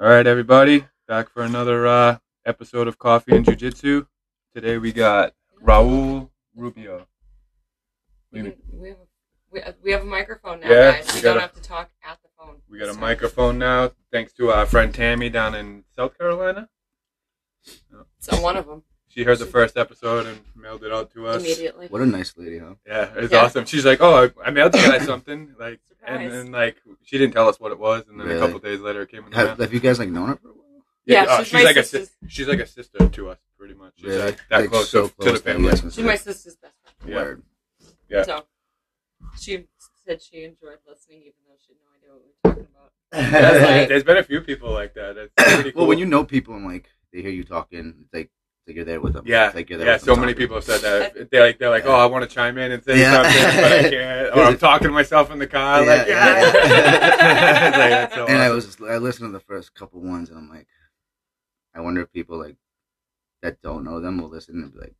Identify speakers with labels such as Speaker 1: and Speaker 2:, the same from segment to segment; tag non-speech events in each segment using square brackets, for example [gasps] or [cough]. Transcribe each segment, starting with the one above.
Speaker 1: All right, everybody, back for another uh, episode of Coffee and Jiu-Jitsu. Today we got Raul Rubio.
Speaker 2: We,
Speaker 1: We,
Speaker 2: can, we, have, we, uh, we have a microphone now,
Speaker 1: Mm-hmm. Yeah,
Speaker 2: guys.
Speaker 1: we got
Speaker 2: We, don't
Speaker 1: a-
Speaker 2: have to talk at the phone.
Speaker 1: we got a
Speaker 2: So,
Speaker 1: microphone now, thanks to our friend Tammy down in South Carolina.
Speaker 2: It's on one of them
Speaker 1: She heard the first episode and mailed it out to [laughs] us.
Speaker 2: immediately.
Speaker 3: What a nice lady, huh?
Speaker 1: Yeah, it's
Speaker 2: Yeah.
Speaker 1: awesome. She's like, "Oh, I, I mailed you guys something," [laughs] like, and
Speaker 2: Surprise.
Speaker 1: then like she didn't tell us what it was, and then a
Speaker 3: Really?
Speaker 1: couple days later it came in the mail.
Speaker 3: Have, have you guys like known her for a while?
Speaker 2: Yeah,
Speaker 1: oh,
Speaker 2: she's
Speaker 1: she's
Speaker 2: my
Speaker 1: like a
Speaker 2: sister's-
Speaker 1: sis- she's like a sister to us, pretty much. She's
Speaker 3: Really?
Speaker 1: like, that
Speaker 3: Like,
Speaker 1: close, to,
Speaker 3: so
Speaker 1: to the
Speaker 3: that
Speaker 1: family.
Speaker 3: you guys can
Speaker 2: She's
Speaker 3: say
Speaker 2: my sister's best friend.
Speaker 1: Yeah.
Speaker 2: [laughs]
Speaker 3: word.
Speaker 1: Yeah.
Speaker 2: So she said she enjoyed listening, even though she had no idea what we were talking about.
Speaker 1: That's
Speaker 2: like-
Speaker 1: there's been a few people like that. That's pretty cool.
Speaker 3: well, when you know people and like they hear you talking, it's like it's like you're there with them.
Speaker 1: yeah,
Speaker 3: It's like you're there
Speaker 1: yeah.
Speaker 3: with
Speaker 1: So
Speaker 3: them
Speaker 1: many
Speaker 3: talking.
Speaker 1: people have said that. They're like, they're like,
Speaker 3: Yeah.
Speaker 1: oh, I want to chime in and say
Speaker 3: Yeah.
Speaker 1: something, but I
Speaker 3: [laughs]
Speaker 1: can't. Or I'm talking to myself in the car. like,
Speaker 3: Yeah, yeah,
Speaker 1: yeah.
Speaker 3: yeah.
Speaker 1: It's [laughs] like, that's so
Speaker 3: And I
Speaker 1: awesome.
Speaker 3: was just, I listened to the first couple ones, and I'm like, I wonder if people like that don't know them will listen and be like,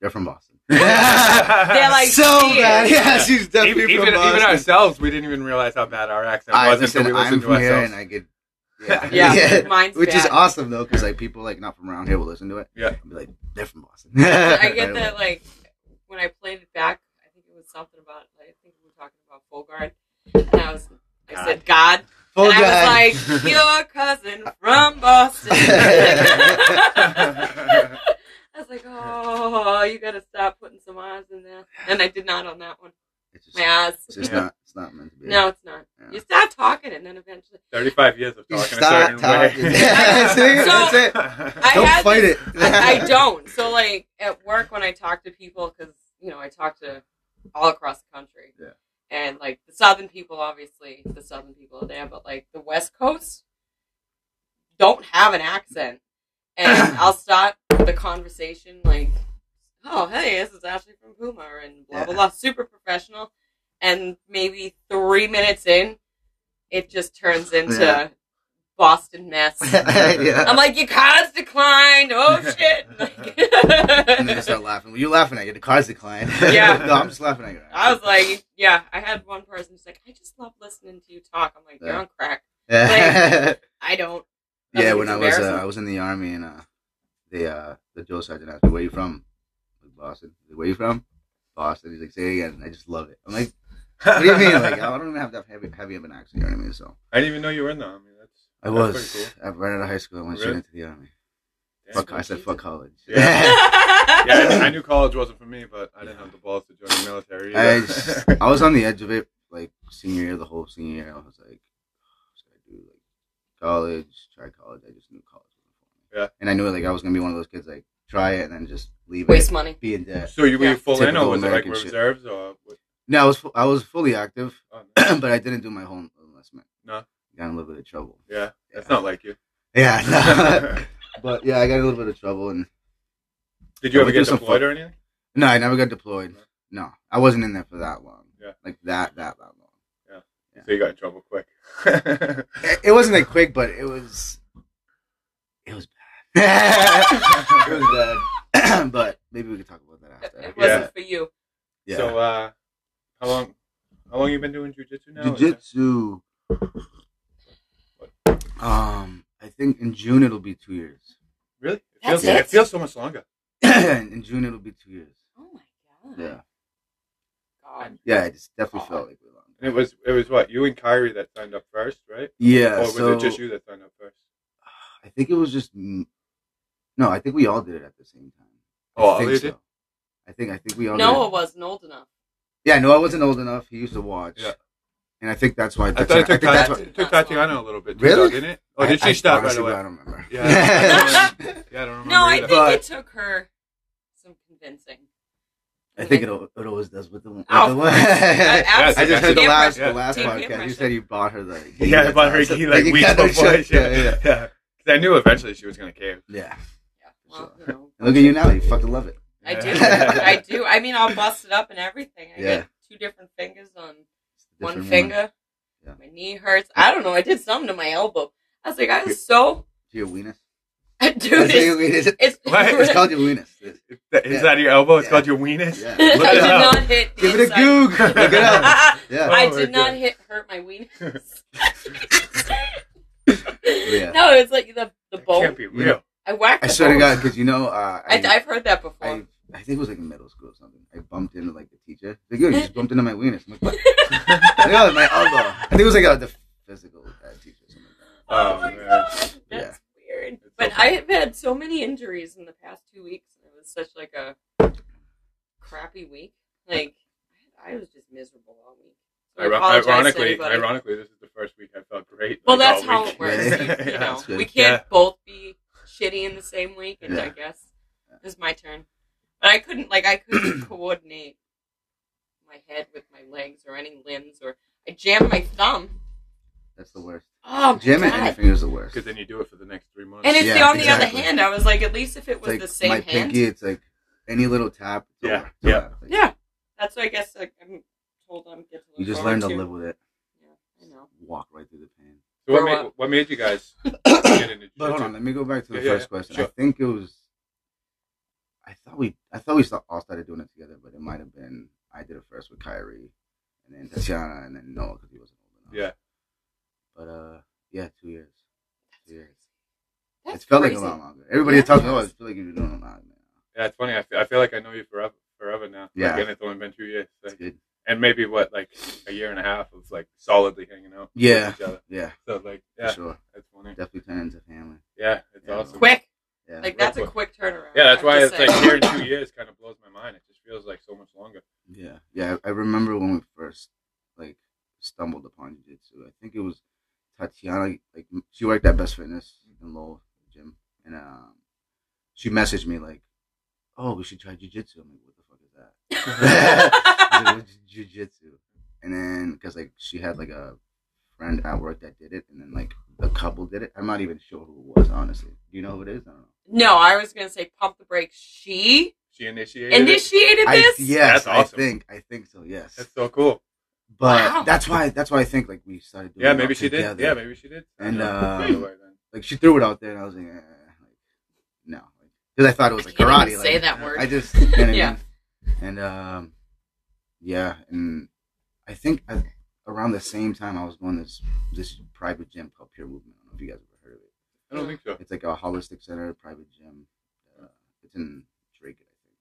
Speaker 3: they're from Boston. [laughs]
Speaker 2: They're like,
Speaker 3: so
Speaker 2: "Cheers."
Speaker 3: bad. Yeah, she's
Speaker 1: [laughs]
Speaker 3: definitely
Speaker 1: even,
Speaker 3: from
Speaker 1: even,
Speaker 3: Boston.
Speaker 1: even ourselves, we didn't even realize how bad our accent
Speaker 3: I
Speaker 1: was until
Speaker 3: listen,
Speaker 1: we
Speaker 3: I'm
Speaker 1: listened to
Speaker 3: from here, and
Speaker 1: ourselves.
Speaker 3: I get [laughs] yeah,
Speaker 1: [laughs]
Speaker 2: Yeah,
Speaker 3: [laughs]
Speaker 2: mine's
Speaker 3: which is
Speaker 2: bad.
Speaker 3: awesome though, because like people like not from around here will listen to it.
Speaker 1: Yeah.
Speaker 3: and be like, [laughs] they're from Boston.
Speaker 2: I get
Speaker 3: Right
Speaker 2: that,
Speaker 3: away.
Speaker 2: like, when I played it back, I think it was something about, I think we were talking about Bogart. And I was, I said, God.
Speaker 3: Full
Speaker 2: and
Speaker 3: guy. [laughs]
Speaker 2: I was like, your cousin from Boston. [laughs] I was like, oh, you gotta stop putting some O's in there. And I did not on that one.
Speaker 3: it's just,
Speaker 2: My
Speaker 3: it's
Speaker 2: O's.
Speaker 3: just
Speaker 1: Yeah.
Speaker 3: not. It's not meant to be.
Speaker 2: No, it's not.
Speaker 3: Yeah.
Speaker 2: You stop talking, and then eventually.
Speaker 1: Thirty-five years of
Speaker 3: You
Speaker 1: talking a
Speaker 3: stop
Speaker 1: certain [laughs]
Speaker 3: talking. [laughs]
Speaker 1: way.
Speaker 3: That's
Speaker 2: it, that's
Speaker 3: it.
Speaker 2: I
Speaker 3: Don't
Speaker 2: had
Speaker 3: fight
Speaker 2: this-
Speaker 3: it.
Speaker 2: [laughs] I,
Speaker 3: [laughs]
Speaker 2: I don't. So, like, at work, when I talk to people, because, you know, I talk to all across the country.
Speaker 3: Yeah.
Speaker 2: And, like, the Southern people, obviously, the Southern people are there, but, like, the West Coast don't have an accent.
Speaker 3: [coughs]
Speaker 2: And I'll start the conversation, like, oh, hey, this is Ashley from Puma, and blah, blah,
Speaker 3: Yeah.
Speaker 2: blah, super professional. And maybe three minutes in, it just turns into
Speaker 3: Yeah.
Speaker 2: Boston
Speaker 3: [laughs]
Speaker 2: mess. I'm
Speaker 3: yeah.
Speaker 2: like, your cards declined. Oh
Speaker 1: [laughs]
Speaker 2: shit!
Speaker 3: And then you
Speaker 2: Like,
Speaker 3: start laughing. Well, you laughing at you. The cards [laughs] decline.
Speaker 2: Yeah.
Speaker 3: no, I'm just laughing at you.
Speaker 2: [laughs] I was like, yeah. I had one person who's like, I just love listening to you talk. I'm like, you're
Speaker 3: Yeah.
Speaker 2: on crack.
Speaker 3: [laughs] yeah.
Speaker 2: I don't. I
Speaker 3: [laughs] yeah.
Speaker 2: think
Speaker 3: When
Speaker 2: it's
Speaker 3: I was uh,
Speaker 2: embarrassing.
Speaker 3: I was in the army and uh, the uh, the drill sergeant asked me, "Where you from?" I'm like, Boston. He's like, Where you from? Boston. He's like, "Say it again." I just love it. I'm like, "What do you mean?" Like, I don't even have that heavy heavy of an accent. You know what I mean? So
Speaker 1: I didn't even know you were in the army. That's,
Speaker 3: I
Speaker 1: that's
Speaker 3: was.
Speaker 1: pretty
Speaker 3: I ran out of high school. I went
Speaker 1: Really?
Speaker 3: straight into the army.
Speaker 1: cool.
Speaker 3: Fuck, I said fuck college.
Speaker 1: Yeah.
Speaker 2: [laughs]
Speaker 3: uh,
Speaker 1: Yeah, I,
Speaker 2: yeah.
Speaker 1: I knew college wasn't for me, but I didn't have the balls to join the military.
Speaker 3: [laughs] I,
Speaker 1: either.
Speaker 3: just- I was on the edge of it, like senior year, the whole senior year. I was like, should I do like college? Try college? I just knew college wasn't for me.
Speaker 1: Yeah.
Speaker 3: And I knew like I was gonna be one of those kids like try it and then just leave
Speaker 2: Waste
Speaker 3: it,
Speaker 2: money.
Speaker 3: be in debt.
Speaker 1: so you were you
Speaker 2: Yeah.
Speaker 1: full in, or
Speaker 3: Typical
Speaker 1: was it like
Speaker 3: American shit.
Speaker 1: reserves, or what?
Speaker 3: No, I was fu- I was fully active, [clears throat]
Speaker 1: oh, no.
Speaker 3: but I didn't do my whole enlistment.
Speaker 1: No.
Speaker 3: Got in a little bit of trouble.
Speaker 1: yeah, that's
Speaker 3: Yeah.
Speaker 1: not like you.
Speaker 3: Yeah. [laughs]
Speaker 1: [laughs]
Speaker 3: no. but yeah, I got in a little bit of trouble and
Speaker 1: Did you
Speaker 3: I
Speaker 1: ever
Speaker 3: would
Speaker 1: get
Speaker 3: do some
Speaker 1: deployed
Speaker 3: fu-
Speaker 1: or anything?
Speaker 3: no, I never got deployed. No, I wasn't in there for that long.
Speaker 1: Yeah.
Speaker 3: Like that that that long.
Speaker 1: So you got in trouble quick. [laughs]
Speaker 3: It, it wasn't like quick, but it was. It was bad. [laughs] it was bad. [clears throat] but maybe we could talk about that after.
Speaker 2: It wasn't
Speaker 1: Yeah.
Speaker 2: for you.
Speaker 3: Yeah.
Speaker 1: So uh, how long? How long you been doing jujitsu now?
Speaker 3: Jiu-Jitsu. Um, I think in June it'll be two years. [clears throat]
Speaker 1: Really? It
Speaker 2: That's
Speaker 1: feels, it.
Speaker 2: it?
Speaker 1: feels so much longer.
Speaker 3: in June it'll be two years.
Speaker 2: Oh my god.
Speaker 3: Yeah.
Speaker 2: God.
Speaker 3: Yeah, I just definitely felt like we long.
Speaker 1: And it was it was what you and Kyrie that signed up first, right?
Speaker 3: Yeah.
Speaker 1: or was
Speaker 3: so
Speaker 1: it just you that signed up first?
Speaker 3: I think it was just. m- No, I think we all did it at the same time.
Speaker 1: Oh,
Speaker 3: I
Speaker 1: all
Speaker 3: think
Speaker 1: you
Speaker 3: so.
Speaker 1: did?
Speaker 3: I think I think we all. did it.
Speaker 2: Noah wasn't old enough.
Speaker 3: Yeah, no, I wasn't old enough. He used to watch.
Speaker 1: Yeah.
Speaker 3: And I think that's why.
Speaker 1: I thought it took,
Speaker 3: think that's
Speaker 1: Tat-
Speaker 3: why-
Speaker 2: what-
Speaker 1: it took Tatiana a little bit, too,
Speaker 3: Really?
Speaker 1: though, didn't it? Or did
Speaker 3: I-
Speaker 1: she
Speaker 3: I
Speaker 1: stop right
Speaker 3: honestly
Speaker 1: away?
Speaker 3: I don't remember.
Speaker 1: Yeah. I don't remember. yeah, I don't remember.
Speaker 2: No, I
Speaker 1: either.
Speaker 2: think it
Speaker 3: But-
Speaker 2: took her some convincing.
Speaker 3: [laughs] [laughs] I think it, al- it always does with the one.
Speaker 2: Oh. [laughs]
Speaker 3: with the one.
Speaker 2: I,
Speaker 3: I
Speaker 1: I
Speaker 3: just heard the
Speaker 1: Team
Speaker 3: last
Speaker 1: pressure.
Speaker 3: the last
Speaker 2: Team
Speaker 3: podcast. You
Speaker 2: pressure.
Speaker 3: said you bought her the
Speaker 1: [laughs] Yeah, about
Speaker 3: [laughs]
Speaker 1: her key like
Speaker 3: you
Speaker 1: weeks
Speaker 3: got her
Speaker 1: before.
Speaker 3: shit. Yeah, yeah.
Speaker 1: [laughs] yeah. 'Cause I knew eventually she was gonna cave.
Speaker 3: yeah.
Speaker 2: Yeah, well, you know,
Speaker 3: And look at you now. You fucking love it.
Speaker 2: I
Speaker 3: [laughs]
Speaker 2: do.
Speaker 3: Yeah.
Speaker 2: I do. I mean, I'll bust it up and everything. I
Speaker 3: Yeah.
Speaker 2: get two different fingers on
Speaker 3: It's a
Speaker 2: one
Speaker 3: different
Speaker 2: finger.
Speaker 3: Yeah.
Speaker 2: My knee hurts. I don't know. I did something to my elbow. I was like, I was so [laughs]
Speaker 3: To your weenus.
Speaker 2: dude.
Speaker 3: It's, your
Speaker 2: It's,
Speaker 3: weenus.
Speaker 2: it's,
Speaker 3: [laughs]
Speaker 1: What?
Speaker 3: it's called your weenus. It's-
Speaker 1: Is that, is
Speaker 3: Yeah.
Speaker 1: that your elbow? It's
Speaker 3: Yeah.
Speaker 1: called your weenus.
Speaker 3: Yeah.
Speaker 2: [laughs] I
Speaker 1: Look it
Speaker 2: did
Speaker 1: up.
Speaker 2: not hit. the
Speaker 3: Give it a
Speaker 2: inside- [laughs]
Speaker 3: goog. Look it up. Yeah.
Speaker 2: I
Speaker 1: Oh my
Speaker 3: [laughs]
Speaker 2: did not [laughs]
Speaker 1: God.
Speaker 2: hit hurt my weenus.
Speaker 3: Yeah.
Speaker 2: No, it's like the the
Speaker 4: That
Speaker 2: bowl.
Speaker 4: can't be real.
Speaker 2: I whacked.
Speaker 3: I
Speaker 2: the
Speaker 3: swear to
Speaker 2: bowl.
Speaker 3: God, because you know, uh,
Speaker 2: I,
Speaker 3: I,
Speaker 2: I've heard that before.
Speaker 3: I, I, think it was like in middle school or something. I bumped into like the teacher. Like, yo, you just bumped into my weenus. I'm
Speaker 2: [laughs]
Speaker 3: like, what? Like, oh, my elbow. I think it was like uh, the physical uh, teacher or something.
Speaker 2: oh
Speaker 4: Oh,
Speaker 2: my
Speaker 4: man.
Speaker 2: god, that's
Speaker 3: Yeah.
Speaker 2: weird.
Speaker 1: It's
Speaker 2: But
Speaker 1: so
Speaker 2: I
Speaker 1: funny.
Speaker 2: have had so many injuries in the past two weeks, and it was such like a crappy week. Like I was just miserable all week. So I apologize to
Speaker 1: ironically,
Speaker 2: everybody.
Speaker 1: ironically, this is the first week I felt great.
Speaker 2: Well,
Speaker 1: like,
Speaker 2: that's
Speaker 1: all
Speaker 2: how
Speaker 1: week.
Speaker 2: it works.
Speaker 3: Yeah.
Speaker 2: you-
Speaker 1: [laughs]
Speaker 2: You,
Speaker 1: Yeah,
Speaker 2: know,
Speaker 3: that's good.
Speaker 2: we can't
Speaker 1: Yeah.
Speaker 2: both be shitty in the same week, and I
Speaker 3: Yeah.
Speaker 2: guess this is my turn. But I couldn't, like, I couldn't coordinate my head with my legs or any limbs, or I jammed my thumb.
Speaker 3: That's the worst.
Speaker 2: Oh my
Speaker 3: Jam and your
Speaker 2: god!
Speaker 3: fingers are the worst.
Speaker 1: Because then you do it for the next three months.
Speaker 2: And it's
Speaker 3: Yeah,
Speaker 2: the, on the
Speaker 3: exactly.
Speaker 2: other hand, I was like, at least if it
Speaker 3: It's
Speaker 2: was
Speaker 3: like
Speaker 2: the same
Speaker 3: my
Speaker 2: hand,
Speaker 3: pinky. It's like any little tap. it's
Speaker 1: Yeah,
Speaker 3: over. It's
Speaker 1: yeah.
Speaker 3: over. Like,
Speaker 2: yeah. That's what I guess. Like, I'm told I'm getting.
Speaker 3: You just
Speaker 2: forward
Speaker 3: learn to live with it.
Speaker 2: Yeah, I know.
Speaker 3: Walk right through the pain.
Speaker 1: so what
Speaker 2: grow
Speaker 1: made,
Speaker 2: up.
Speaker 1: what made you
Speaker 2: [coughs]
Speaker 1: guys get into
Speaker 3: But hold
Speaker 1: jiu-jitsu?
Speaker 3: on, let me go back to the
Speaker 1: Yeah, yeah,
Speaker 3: first
Speaker 1: yeah.
Speaker 3: question. I
Speaker 1: Sure.
Speaker 3: think it was. I thought we, I thought we sta- all started doing it together, but it might have been I did it first with Kyrie, and then Tatiana, and then Noah because he wasn't old
Speaker 1: Yeah.
Speaker 3: enough. But uh, yeah, two years. Two years.
Speaker 2: That's
Speaker 3: it felt
Speaker 2: crazy.
Speaker 3: like a lot longer. Everybody
Speaker 2: Yeah.
Speaker 3: talks, oh, I feel like you've been doing a lot. Man.
Speaker 1: Yeah, it's funny. I feel, I feel like I know you forever, forever now.
Speaker 3: Yeah.
Speaker 1: Like, and it's only been two years.
Speaker 3: It's
Speaker 1: Like,
Speaker 3: good.
Speaker 1: and maybe what, like a year and a half of like solidly hanging out. with
Speaker 3: Yeah.
Speaker 1: each other.
Speaker 3: Yeah,
Speaker 1: So like,
Speaker 3: for
Speaker 1: yeah,
Speaker 3: sure.
Speaker 1: that's funny.
Speaker 3: Definitely turned into family.
Speaker 1: Yeah, it's
Speaker 3: Yeah.
Speaker 1: awesome.
Speaker 2: Quick,
Speaker 3: Yeah.
Speaker 1: Real
Speaker 2: like that's a quick turnaround.
Speaker 1: Yeah, that's
Speaker 2: I'm
Speaker 1: why
Speaker 2: just
Speaker 1: it's like
Speaker 2: saying.
Speaker 1: here in
Speaker 2: [laughs]
Speaker 1: two years kind of blows my mind. It just feels like so much longer.
Speaker 3: Yeah, yeah. I I remember when we first like stumbled upon jiu-jitsu. I think it was Tatiana. Like m- she worked at Best Fitness in Lowell gym, and um, she messaged me like, "Oh, we should try jiu-jitsu." I'm like, "What the fuck is that?" [laughs] I was like, "What's jiu-jitsu?" And then because like she had like a friend at work that did it, and then like the couple did it. I'm not even sure who it was, honestly. Do you know who it is? I don't know.
Speaker 2: No, I was gonna say pump the brakes. She
Speaker 1: She initiated. it.
Speaker 2: initiated
Speaker 3: I,
Speaker 2: this.
Speaker 3: yes,
Speaker 1: That's awesome.
Speaker 3: I think I think so. Yes.
Speaker 1: That's so cool.
Speaker 3: But
Speaker 2: Wow.
Speaker 3: that's why that's why I think like we started doing
Speaker 1: Yeah,
Speaker 3: it all
Speaker 1: maybe she did.
Speaker 3: together.
Speaker 1: Yeah, maybe she did.
Speaker 3: And,
Speaker 1: Yeah.
Speaker 3: uh,
Speaker 1: By the way, then.
Speaker 3: like she threw it out there and I was like, eh, like no, because I thought it was
Speaker 2: I
Speaker 3: like
Speaker 2: can't
Speaker 3: karate.
Speaker 2: even
Speaker 3: like,
Speaker 2: say that word.
Speaker 3: I just you know
Speaker 2: [laughs]
Speaker 3: what I
Speaker 2: Yeah.
Speaker 3: mean? And um, yeah, and I think I, around the same time I was going to this this private gym called Pure Movement. I don't know if you guys ever heard of it.
Speaker 1: I don't think so.
Speaker 3: It's like a holistic center, private gym. Uh, it's in Drake, I think.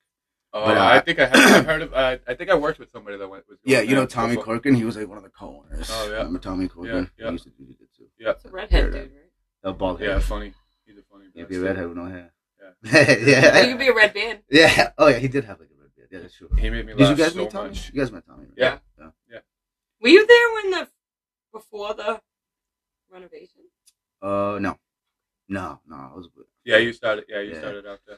Speaker 1: Oh,
Speaker 3: But, uh,
Speaker 1: I think I have I've heard of. Uh, I think I worked with somebody that went. Was going
Speaker 3: Yeah, you
Speaker 1: there
Speaker 3: know Tommy
Speaker 1: before.
Speaker 3: Corkin. He was like one of the co-owners.
Speaker 1: Oh, yeah.
Speaker 3: remember Tommy Corkin?
Speaker 1: Yeah, yeah.
Speaker 3: He used to do jiu-jitsu.
Speaker 1: Yeah.
Speaker 2: It's a redhead
Speaker 3: Paradise.
Speaker 2: dude,
Speaker 3: The bald
Speaker 1: Yeah,
Speaker 3: head.
Speaker 1: funny. He's a funny.
Speaker 3: Yeah,
Speaker 1: bastard.
Speaker 3: be a redhead with no hair. Yeah, [laughs] yeah.
Speaker 2: right? You could be a red band.
Speaker 3: Yeah. [laughs] Oh yeah, he did have like a red beard. Yeah, that's true.
Speaker 1: He made me
Speaker 3: Did
Speaker 1: laugh
Speaker 3: you guys
Speaker 1: so
Speaker 3: meet Tommy?
Speaker 1: much.
Speaker 3: You guys met Tommy, right?
Speaker 1: Yeah.
Speaker 2: Were you there when the before the renovation?
Speaker 3: Uh, no, no, no. I was
Speaker 1: Yeah, you started. Yeah, you
Speaker 3: Yeah.
Speaker 1: started out there.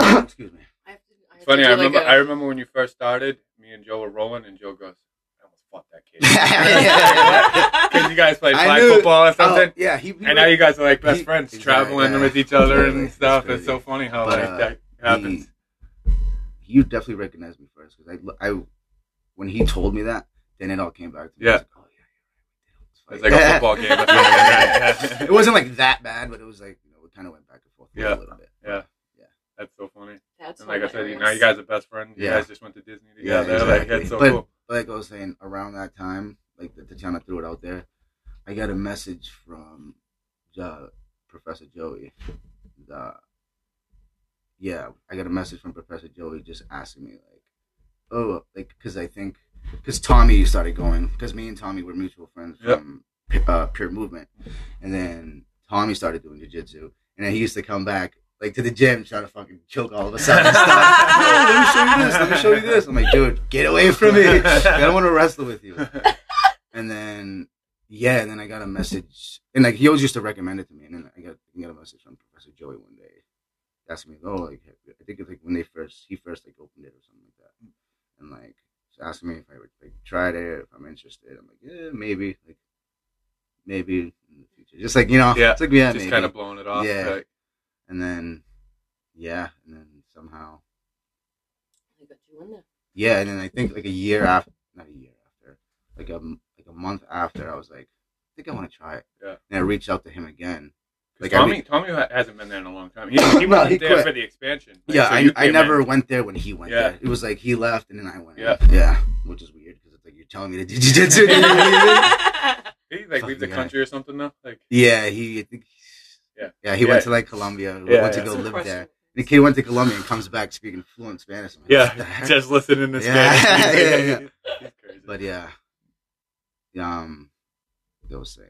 Speaker 3: good. [coughs] Excuse me.
Speaker 2: I have to, I have
Speaker 1: It's funny.
Speaker 2: to
Speaker 1: I
Speaker 2: do
Speaker 1: remember.
Speaker 2: Like a-
Speaker 1: I remember when you first started. Me and Joe were rolling, and Joe goes, "I almost fucked that
Speaker 3: [laughs]
Speaker 1: [laughs] kid." [laughs] Because you guys played
Speaker 3: I
Speaker 1: flag
Speaker 3: knew-
Speaker 1: football or something.
Speaker 3: Oh, yeah, he. he
Speaker 1: And now you guys are like best
Speaker 3: He-
Speaker 1: friends,
Speaker 3: Yeah,
Speaker 1: traveling
Speaker 3: yeah.
Speaker 1: with each other
Speaker 3: Totally.
Speaker 1: and
Speaker 3: It's
Speaker 1: stuff. It's
Speaker 3: crazy.
Speaker 1: so funny how
Speaker 3: But,
Speaker 1: like
Speaker 3: uh,
Speaker 1: that
Speaker 3: he-
Speaker 1: happens.
Speaker 3: You definitely recognized me first because I, I, when he told me that, then it all came back to me. I was like, oh yeah,
Speaker 1: It's
Speaker 3: yeah,
Speaker 1: like
Speaker 3: yeah.
Speaker 1: a
Speaker 3: [laughs]
Speaker 1: football game. That's
Speaker 3: Yeah.
Speaker 1: right.
Speaker 3: it wasn't like that bad, but it was like you know, it kind of went back and forth
Speaker 1: Yeah.
Speaker 3: a little bit.
Speaker 1: Yeah. That's so funny.
Speaker 2: [laughs] That's
Speaker 1: And like I said, you
Speaker 2: hilarious.
Speaker 1: now you guys are best friends. You
Speaker 3: Yeah.
Speaker 1: guys just went to Disney
Speaker 3: Yeah,
Speaker 1: together. Like
Speaker 3: exactly.
Speaker 1: that's so
Speaker 3: But-
Speaker 1: cool.
Speaker 3: like I was saying, around that time, like that Tatiana threw it out there, I got a message from uh, Professor Joey. The, yeah, I got a message from Professor Joey just asking me like, oh, like because I think because Tommy started going because me and Tommy were mutual friends
Speaker 1: Yep.
Speaker 3: from uh, Pure Movement, and then Tommy started doing jujitsu, and then he used to come back. Like to the gym, trying to fucking choke all of us out. and stuff. "No, let me show you this. Let me show you this. I'm like, dude, get away
Speaker 1: [laughs]
Speaker 3: from me. I don't want to wrestle with you. And then, yeah, and then I got a message, and like he always used to recommend it to me. And then I got I got a message from Professor Joey one day, asking me, oh, like I think it's like when they first he first like opened it or something like that, and like just asking me if I would like try it, if I'm interested. I'm like, yeah, maybe, like maybe in the future, just like you know,
Speaker 1: Yeah,
Speaker 3: it's like yeah,
Speaker 1: just
Speaker 3: maybe.
Speaker 1: kind of blowing it off.
Speaker 3: Yeah.
Speaker 1: Like,
Speaker 3: and then, yeah, and then somehow
Speaker 2: I got you in there.
Speaker 3: yeah, and then I think like a year after, not a year after, like a m- like a month after, I was like, I think I want to try it.
Speaker 1: Yeah.
Speaker 3: And I reached out to him again. Like, I
Speaker 1: Tommy,
Speaker 3: mean-
Speaker 1: Tommy ha- hasn't been there in a long
Speaker 3: [laughs]
Speaker 1: time. He, he wasn't
Speaker 3: No, he
Speaker 1: there
Speaker 3: quit.
Speaker 1: for the expansion. Like,
Speaker 3: yeah,
Speaker 1: so you
Speaker 3: I, I
Speaker 1: came
Speaker 3: never
Speaker 1: in.
Speaker 3: went there when he went
Speaker 1: Yeah.
Speaker 3: there. It was like he left and then I went.
Speaker 1: Yeah.
Speaker 3: Yeah, which is weird because it's like you're telling
Speaker 1: [laughs]
Speaker 3: me [laughs] to do jujitsu. and then you leave.
Speaker 1: Did he like leave the
Speaker 3: Fucking guy. [laughs]
Speaker 1: country or something though? Like
Speaker 3: yeah, he I think he
Speaker 1: Yeah.
Speaker 3: Yeah, he
Speaker 1: Yeah.
Speaker 3: went to like Colombia.
Speaker 1: Yeah,
Speaker 3: went
Speaker 1: yeah.
Speaker 3: to go
Speaker 2: That's
Speaker 3: live
Speaker 2: a question.
Speaker 3: there. The kid went to Colombia and comes back speaking fluent Spanish. I'm like, what the
Speaker 1: Yeah,
Speaker 3: heck?
Speaker 1: just listening to
Speaker 3: Yeah,
Speaker 1: Spanish.
Speaker 3: [laughs] yeah, yeah.
Speaker 1: He's crazy.
Speaker 3: But yeah, um, they were saying,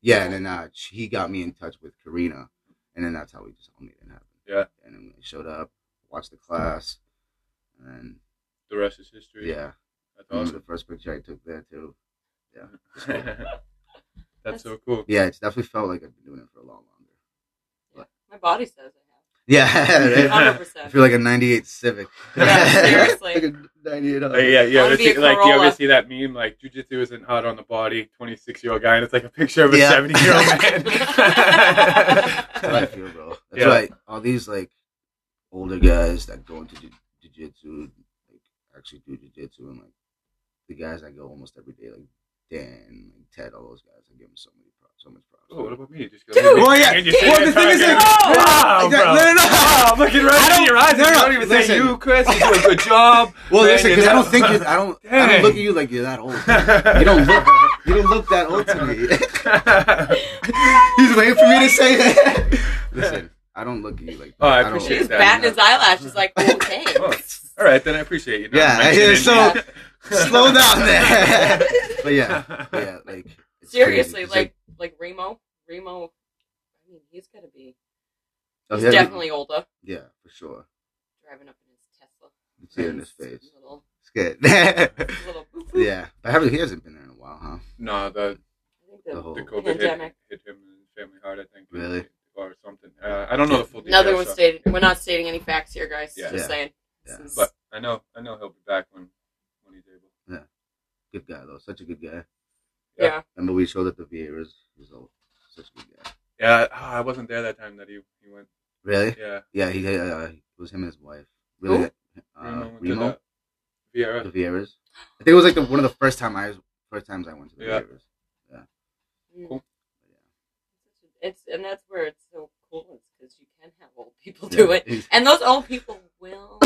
Speaker 3: yeah, and then uh, sh- he got me in touch with Karina, and then that's how we just all made it happen.
Speaker 1: Yeah.
Speaker 3: and then we showed up, watched the class, and
Speaker 1: the rest is history.
Speaker 3: yeah,
Speaker 1: that's
Speaker 3: remember
Speaker 1: awesome.
Speaker 3: the first picture I took there too. Mm.
Speaker 1: [laughs] that's so cool.
Speaker 3: Yeah, it's definitely felt like I've been doing it for a lot longer. [laughs]
Speaker 2: My body says I
Speaker 3: Yeah,
Speaker 2: have.
Speaker 3: I
Speaker 2: 100%.
Speaker 3: feel like a '98 Civic. [laughs]
Speaker 1: Yeah,
Speaker 2: seriously.
Speaker 3: like a '98.
Speaker 1: Uh, yeah,
Speaker 2: I
Speaker 1: yeah.
Speaker 2: wanna
Speaker 1: It's,
Speaker 2: be a
Speaker 1: like you ever
Speaker 2: Corolla.
Speaker 1: see that meme like jujitsu isn't hot on the body, twenty six year old guy, and it's like a picture of a
Speaker 3: Yeah.
Speaker 1: seventy year old
Speaker 3: [laughs]
Speaker 1: [laughs]
Speaker 3: That's what I
Speaker 1: man.
Speaker 3: feel, bro. That's
Speaker 1: Yeah.
Speaker 3: why all these like older guys that go into jiu- jujitsu, like actually do jujitsu, and like the guys I go almost every day, like Dan, like Ted, all those guys, I give them so many props, so much props.
Speaker 1: oh, what about me? Just go-
Speaker 2: Dude!
Speaker 1: And you-
Speaker 3: Well, yeah.
Speaker 1: and you say
Speaker 3: Well, the
Speaker 1: it
Speaker 3: thing is,
Speaker 1: again.
Speaker 2: like-
Speaker 1: wow,
Speaker 3: No, no,
Speaker 1: bro.
Speaker 3: no, no.
Speaker 1: Wow, I'm looking
Speaker 3: I
Speaker 1: right
Speaker 3: don't-
Speaker 1: in your eyes.
Speaker 3: no,
Speaker 1: and you
Speaker 3: no,
Speaker 1: don't even
Speaker 3: listen.
Speaker 1: say you, Chris. You do a good job.
Speaker 3: well,
Speaker 1: man,
Speaker 3: listen,
Speaker 1: you're
Speaker 3: because I
Speaker 1: not-
Speaker 3: don't think
Speaker 1: [laughs]
Speaker 3: you're, I don't I
Speaker 1: Dang.
Speaker 3: don't look at you like you're that old. [laughs] You don't look you don't look that old to me. [laughs] He's waiting for me to say that. listen, I don't look at you like. That.
Speaker 1: Oh, I
Speaker 3: don't-
Speaker 1: appreciate
Speaker 2: She's
Speaker 1: that.
Speaker 2: batting his eyelashes
Speaker 3: [laughs]
Speaker 2: like, oh, thanks.
Speaker 1: Oh, [laughs] All right, then I appreciate you.
Speaker 3: Yeah,
Speaker 1: mentioning
Speaker 3: so-
Speaker 1: it.
Speaker 3: Slow down
Speaker 1: [laughs]
Speaker 3: there. [laughs] But yeah, yeah, like it's crazy.
Speaker 2: Seriously,
Speaker 3: It's
Speaker 2: like, like Remo. Remo, I mean, he's got to be.
Speaker 3: oh,
Speaker 2: He's
Speaker 3: yeah,
Speaker 2: definitely older.
Speaker 3: yeah, for sure.
Speaker 2: Driving up in his Tesla.
Speaker 3: You can see it in his face.
Speaker 2: Little,
Speaker 3: It's good. [laughs]
Speaker 2: little boop, boop.
Speaker 3: yeah, but haven't, he hasn't been there in a while, huh?
Speaker 1: no, the,
Speaker 2: I think the-
Speaker 3: The whole-
Speaker 1: the COVID hit,
Speaker 2: Pandemic.
Speaker 1: hit him and his family hard, I think.
Speaker 3: Oh. Really?
Speaker 1: Or something. Uh, I don't know the full details.
Speaker 2: Another one
Speaker 1: so-
Speaker 2: stated. We're not stating any facts here, guys.
Speaker 1: Yeah.
Speaker 2: Just
Speaker 3: Yeah.
Speaker 2: saying.
Speaker 3: Yeah.
Speaker 2: This is-
Speaker 1: But I know, I know he'll be back when, when he's able.
Speaker 3: Good guy though, such a good guy.
Speaker 1: yeah.
Speaker 2: yeah.
Speaker 3: Remember we showed up the Vieiras. He's all such a good guy.
Speaker 1: Yeah, oh, I wasn't there that time that he, he went.
Speaker 3: Really?
Speaker 1: Yeah.
Speaker 3: Yeah, he uh, it was him and his wife. Really? Uh,
Speaker 1: went to
Speaker 3: Remo,
Speaker 1: the- VRS.
Speaker 3: the Vieiras. I think it was like the, one of the first time I was first times I went to the
Speaker 1: Yeah.
Speaker 3: Vieiras.
Speaker 1: Cool.
Speaker 2: Mm. It's and that's where it's so cool because you can have old people do it,
Speaker 3: He's-
Speaker 2: and those old people will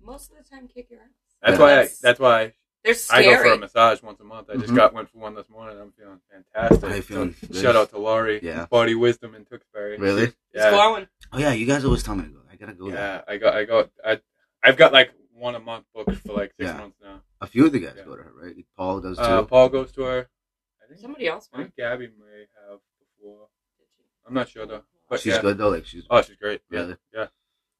Speaker 2: most of the time kick your ass.
Speaker 1: That's why. I,
Speaker 2: That's-
Speaker 1: that's why
Speaker 2: They're
Speaker 1: I
Speaker 2: scary.
Speaker 1: go for a massage once a month. I just
Speaker 3: Mhm.
Speaker 1: got went for one this morning. I'm feeling fantastic.
Speaker 3: How you feeling?
Speaker 1: So,
Speaker 3: Good?
Speaker 1: shout out to Laurie.
Speaker 3: Yeah.
Speaker 1: Body Wisdom in Tewksbury.
Speaker 3: Really?
Speaker 2: It's
Speaker 1: Yeah.
Speaker 2: glowing.
Speaker 3: Oh yeah, you guys always tell me to go. I gotta go there.
Speaker 1: Yeah. I got. I got. I, I've got like one a month booked for like six
Speaker 3: Yeah.
Speaker 1: months now.
Speaker 3: A few of the guys
Speaker 1: Yeah.
Speaker 3: go to her, right? Paul does too.
Speaker 1: Uh, Paul goes to her. I think.
Speaker 2: Somebody else
Speaker 1: I
Speaker 2: went.
Speaker 1: think Gabby may have before. I'm not sure though. But
Speaker 3: she's
Speaker 1: yeah.
Speaker 3: good though. Like she's
Speaker 1: Oh, she's great. Yeah.
Speaker 3: Really?
Speaker 1: Yeah.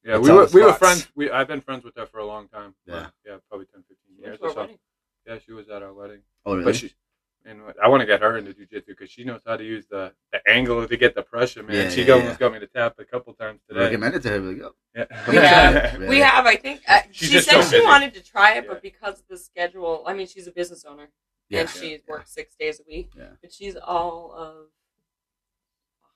Speaker 1: Yeah,
Speaker 3: That's
Speaker 1: we
Speaker 3: all
Speaker 1: were
Speaker 3: the
Speaker 1: we were
Speaker 3: spots.
Speaker 1: friends. We I've been friends with her for a long time.
Speaker 3: Yeah.
Speaker 1: yeah, probably 10, 15
Speaker 2: Went
Speaker 1: years
Speaker 2: to
Speaker 1: or
Speaker 2: our
Speaker 1: so.
Speaker 2: wedding.
Speaker 1: Yeah, she was at our wedding.
Speaker 3: oh really?
Speaker 1: But she, and I want to get her into jujitsu because she knows how to use the, the angle to get the pressure, man.
Speaker 3: Yeah,
Speaker 1: she
Speaker 3: yeah,
Speaker 1: almost
Speaker 3: yeah.
Speaker 1: got me to tap a couple times today.
Speaker 3: recommend it to her. be Like, oh,
Speaker 1: Yeah.
Speaker 3: come
Speaker 2: We
Speaker 3: check
Speaker 2: have-
Speaker 1: [laughs]
Speaker 3: it out.
Speaker 2: We have, I think, uh,
Speaker 1: She's
Speaker 2: she
Speaker 1: just
Speaker 2: said
Speaker 1: so
Speaker 2: she
Speaker 1: busy.
Speaker 2: wanted to try it,
Speaker 1: Yeah.
Speaker 2: but because of the schedule, I mean, she's a business owner
Speaker 3: Yeah.
Speaker 2: and she works six days a week,
Speaker 3: Yeah.
Speaker 2: but she's all of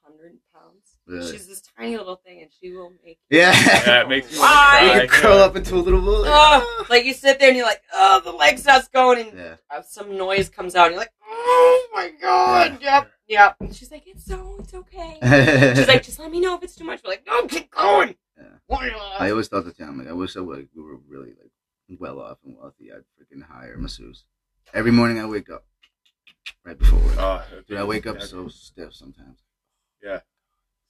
Speaker 2: hundred pounds.
Speaker 3: Really?
Speaker 2: She's this tiny little thing, and she will make.
Speaker 3: Yeah.
Speaker 1: [laughs] Yeah, it makes me
Speaker 2: Why?
Speaker 1: wanna
Speaker 3: You
Speaker 1: cry.
Speaker 3: can curl up into a little ball.
Speaker 2: Oh, like you sit there and you're like, oh, the leg starts going, and
Speaker 3: Yeah.
Speaker 2: uh, some noise comes out, and you're like, oh my god, yep, yep. And she's like, it's so, it's okay. She's like, just let me know if it's too much. We're like, no, keep going.
Speaker 3: Yeah. [laughs] I
Speaker 2: Yeah.
Speaker 3: always thought the town like I wish I would. We were really like well off and wealthy. I'd freaking hire masseuse. Every morning I wake up right before work.
Speaker 1: Oh, it'd be-
Speaker 3: Dude, I wake up
Speaker 1: yeah,
Speaker 3: so stiff sometimes. [laughs]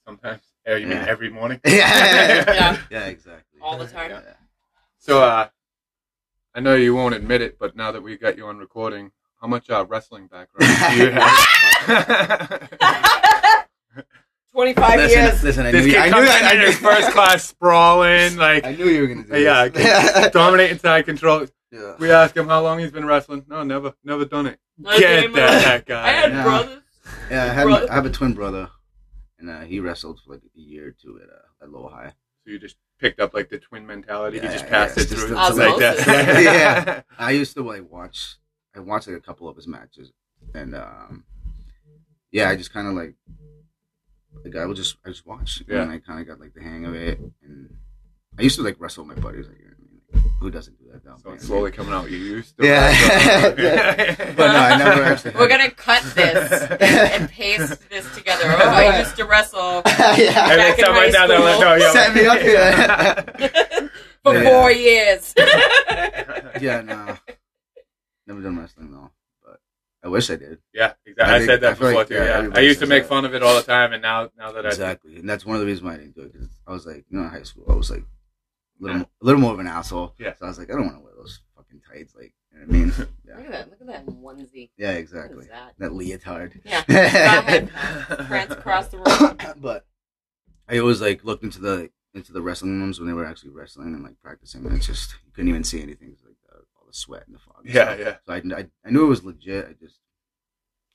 Speaker 1: sometimes. Yeah, you mean
Speaker 3: Yeah.
Speaker 1: every morning?
Speaker 3: [laughs] yeah,
Speaker 1: [laughs]
Speaker 3: exactly.
Speaker 2: All the time.
Speaker 3: Yeah.
Speaker 1: So, uh, I know you won't admit it, but now that we got you on recording, how much uh, wrestling background do you
Speaker 3: [laughs]
Speaker 1: have?
Speaker 2: [laughs] 25 years.
Speaker 3: Listen, listen. I knew,
Speaker 1: this
Speaker 3: you,
Speaker 1: kid
Speaker 3: I knew
Speaker 1: comes in
Speaker 3: I
Speaker 1: in
Speaker 3: knew-
Speaker 1: his first class sprawling, like
Speaker 3: [laughs] I knew you were gonna do.
Speaker 1: Yeah,
Speaker 3: this.
Speaker 1: dominating side control.
Speaker 3: [laughs] yeah.
Speaker 1: We ask him how long he's been wrestling. No, never, never done it.
Speaker 2: Not a day
Speaker 1: Get
Speaker 2: in my life.
Speaker 1: that, that
Speaker 2: I had
Speaker 1: guy.
Speaker 3: Yeah.
Speaker 2: brothers.
Speaker 3: Yeah, I, had my,
Speaker 2: Brother.
Speaker 3: I have a twin brother, and uh, he wrestled for like a year or two at uh, at Low High.
Speaker 1: So you just picked up like the twin mentality.
Speaker 3: Yeah,
Speaker 1: he just
Speaker 3: yeah,
Speaker 1: passed
Speaker 3: yeah.
Speaker 1: it through
Speaker 3: Just
Speaker 1: like [laughs]
Speaker 2: osmosis.
Speaker 1: that.
Speaker 3: Yeah. I used to like watch. I watched like a couple of his matches, and um, yeah, I just kind of like the guy would just I just watch,
Speaker 1: Yeah.
Speaker 3: and I kind of got like the hang of it. And I used to like wrestle with my buddies. Like, you know what I mean? who doesn't do that? Though,
Speaker 1: So
Speaker 3: man?
Speaker 1: it's slowly coming out. You used to.
Speaker 3: Yeah. [laughs]
Speaker 1: [laughs] Yeah.
Speaker 3: But no, I
Speaker 2: [laughs]
Speaker 3: never actually.
Speaker 2: We're gonna cut
Speaker 3: [laughs]
Speaker 2: this and paste this together. Oh, I used to wrestle
Speaker 3: [laughs] yeah.
Speaker 1: And then
Speaker 2: Back in
Speaker 1: somebody
Speaker 2: high
Speaker 1: down there
Speaker 2: school.
Speaker 1: went, no, yeah.
Speaker 3: Set me up
Speaker 2: for [laughs]
Speaker 3: here. Yeah.
Speaker 2: four [laughs] years.
Speaker 3: yeah, no. Never done wrestling though, but I wish I did.
Speaker 1: [laughs] yeah, Yeah,
Speaker 3: I
Speaker 1: I,
Speaker 3: think-
Speaker 1: said that
Speaker 3: I feel
Speaker 1: before
Speaker 3: like,
Speaker 1: too.
Speaker 3: yeah,
Speaker 1: Yeah, I
Speaker 3: everybody
Speaker 1: used to
Speaker 3: says
Speaker 1: make
Speaker 3: that.
Speaker 1: fun of it all the time, and now now that I
Speaker 3: exactly, and that's one of the reasons why I didn't do it because I was like, you know, in high school, I was like a little, mo- a little more of an asshole.
Speaker 1: Yeah.
Speaker 3: So I was like, I don't want to wear those fucking tights. Like, you know what I mean?
Speaker 1: [laughs]
Speaker 2: Look
Speaker 3: yeah.
Speaker 2: at that. Look at that onesie.
Speaker 3: Yeah,
Speaker 2: What
Speaker 3: exactly.
Speaker 2: is that?
Speaker 3: That leotard.
Speaker 2: Yeah. Go
Speaker 3: [laughs]
Speaker 2: ahead.
Speaker 1: [laughs]
Speaker 2: France
Speaker 1: France
Speaker 2: across the room.
Speaker 3: but I always like looked into the into the wrestling rooms when they were actually wrestling and like practicing, and it's just you couldn't even see anything. It was like the, all the sweat and the fog. and
Speaker 1: Yeah,
Speaker 3: stuff.
Speaker 1: yeah.
Speaker 3: So I, I, I knew it was legit. I just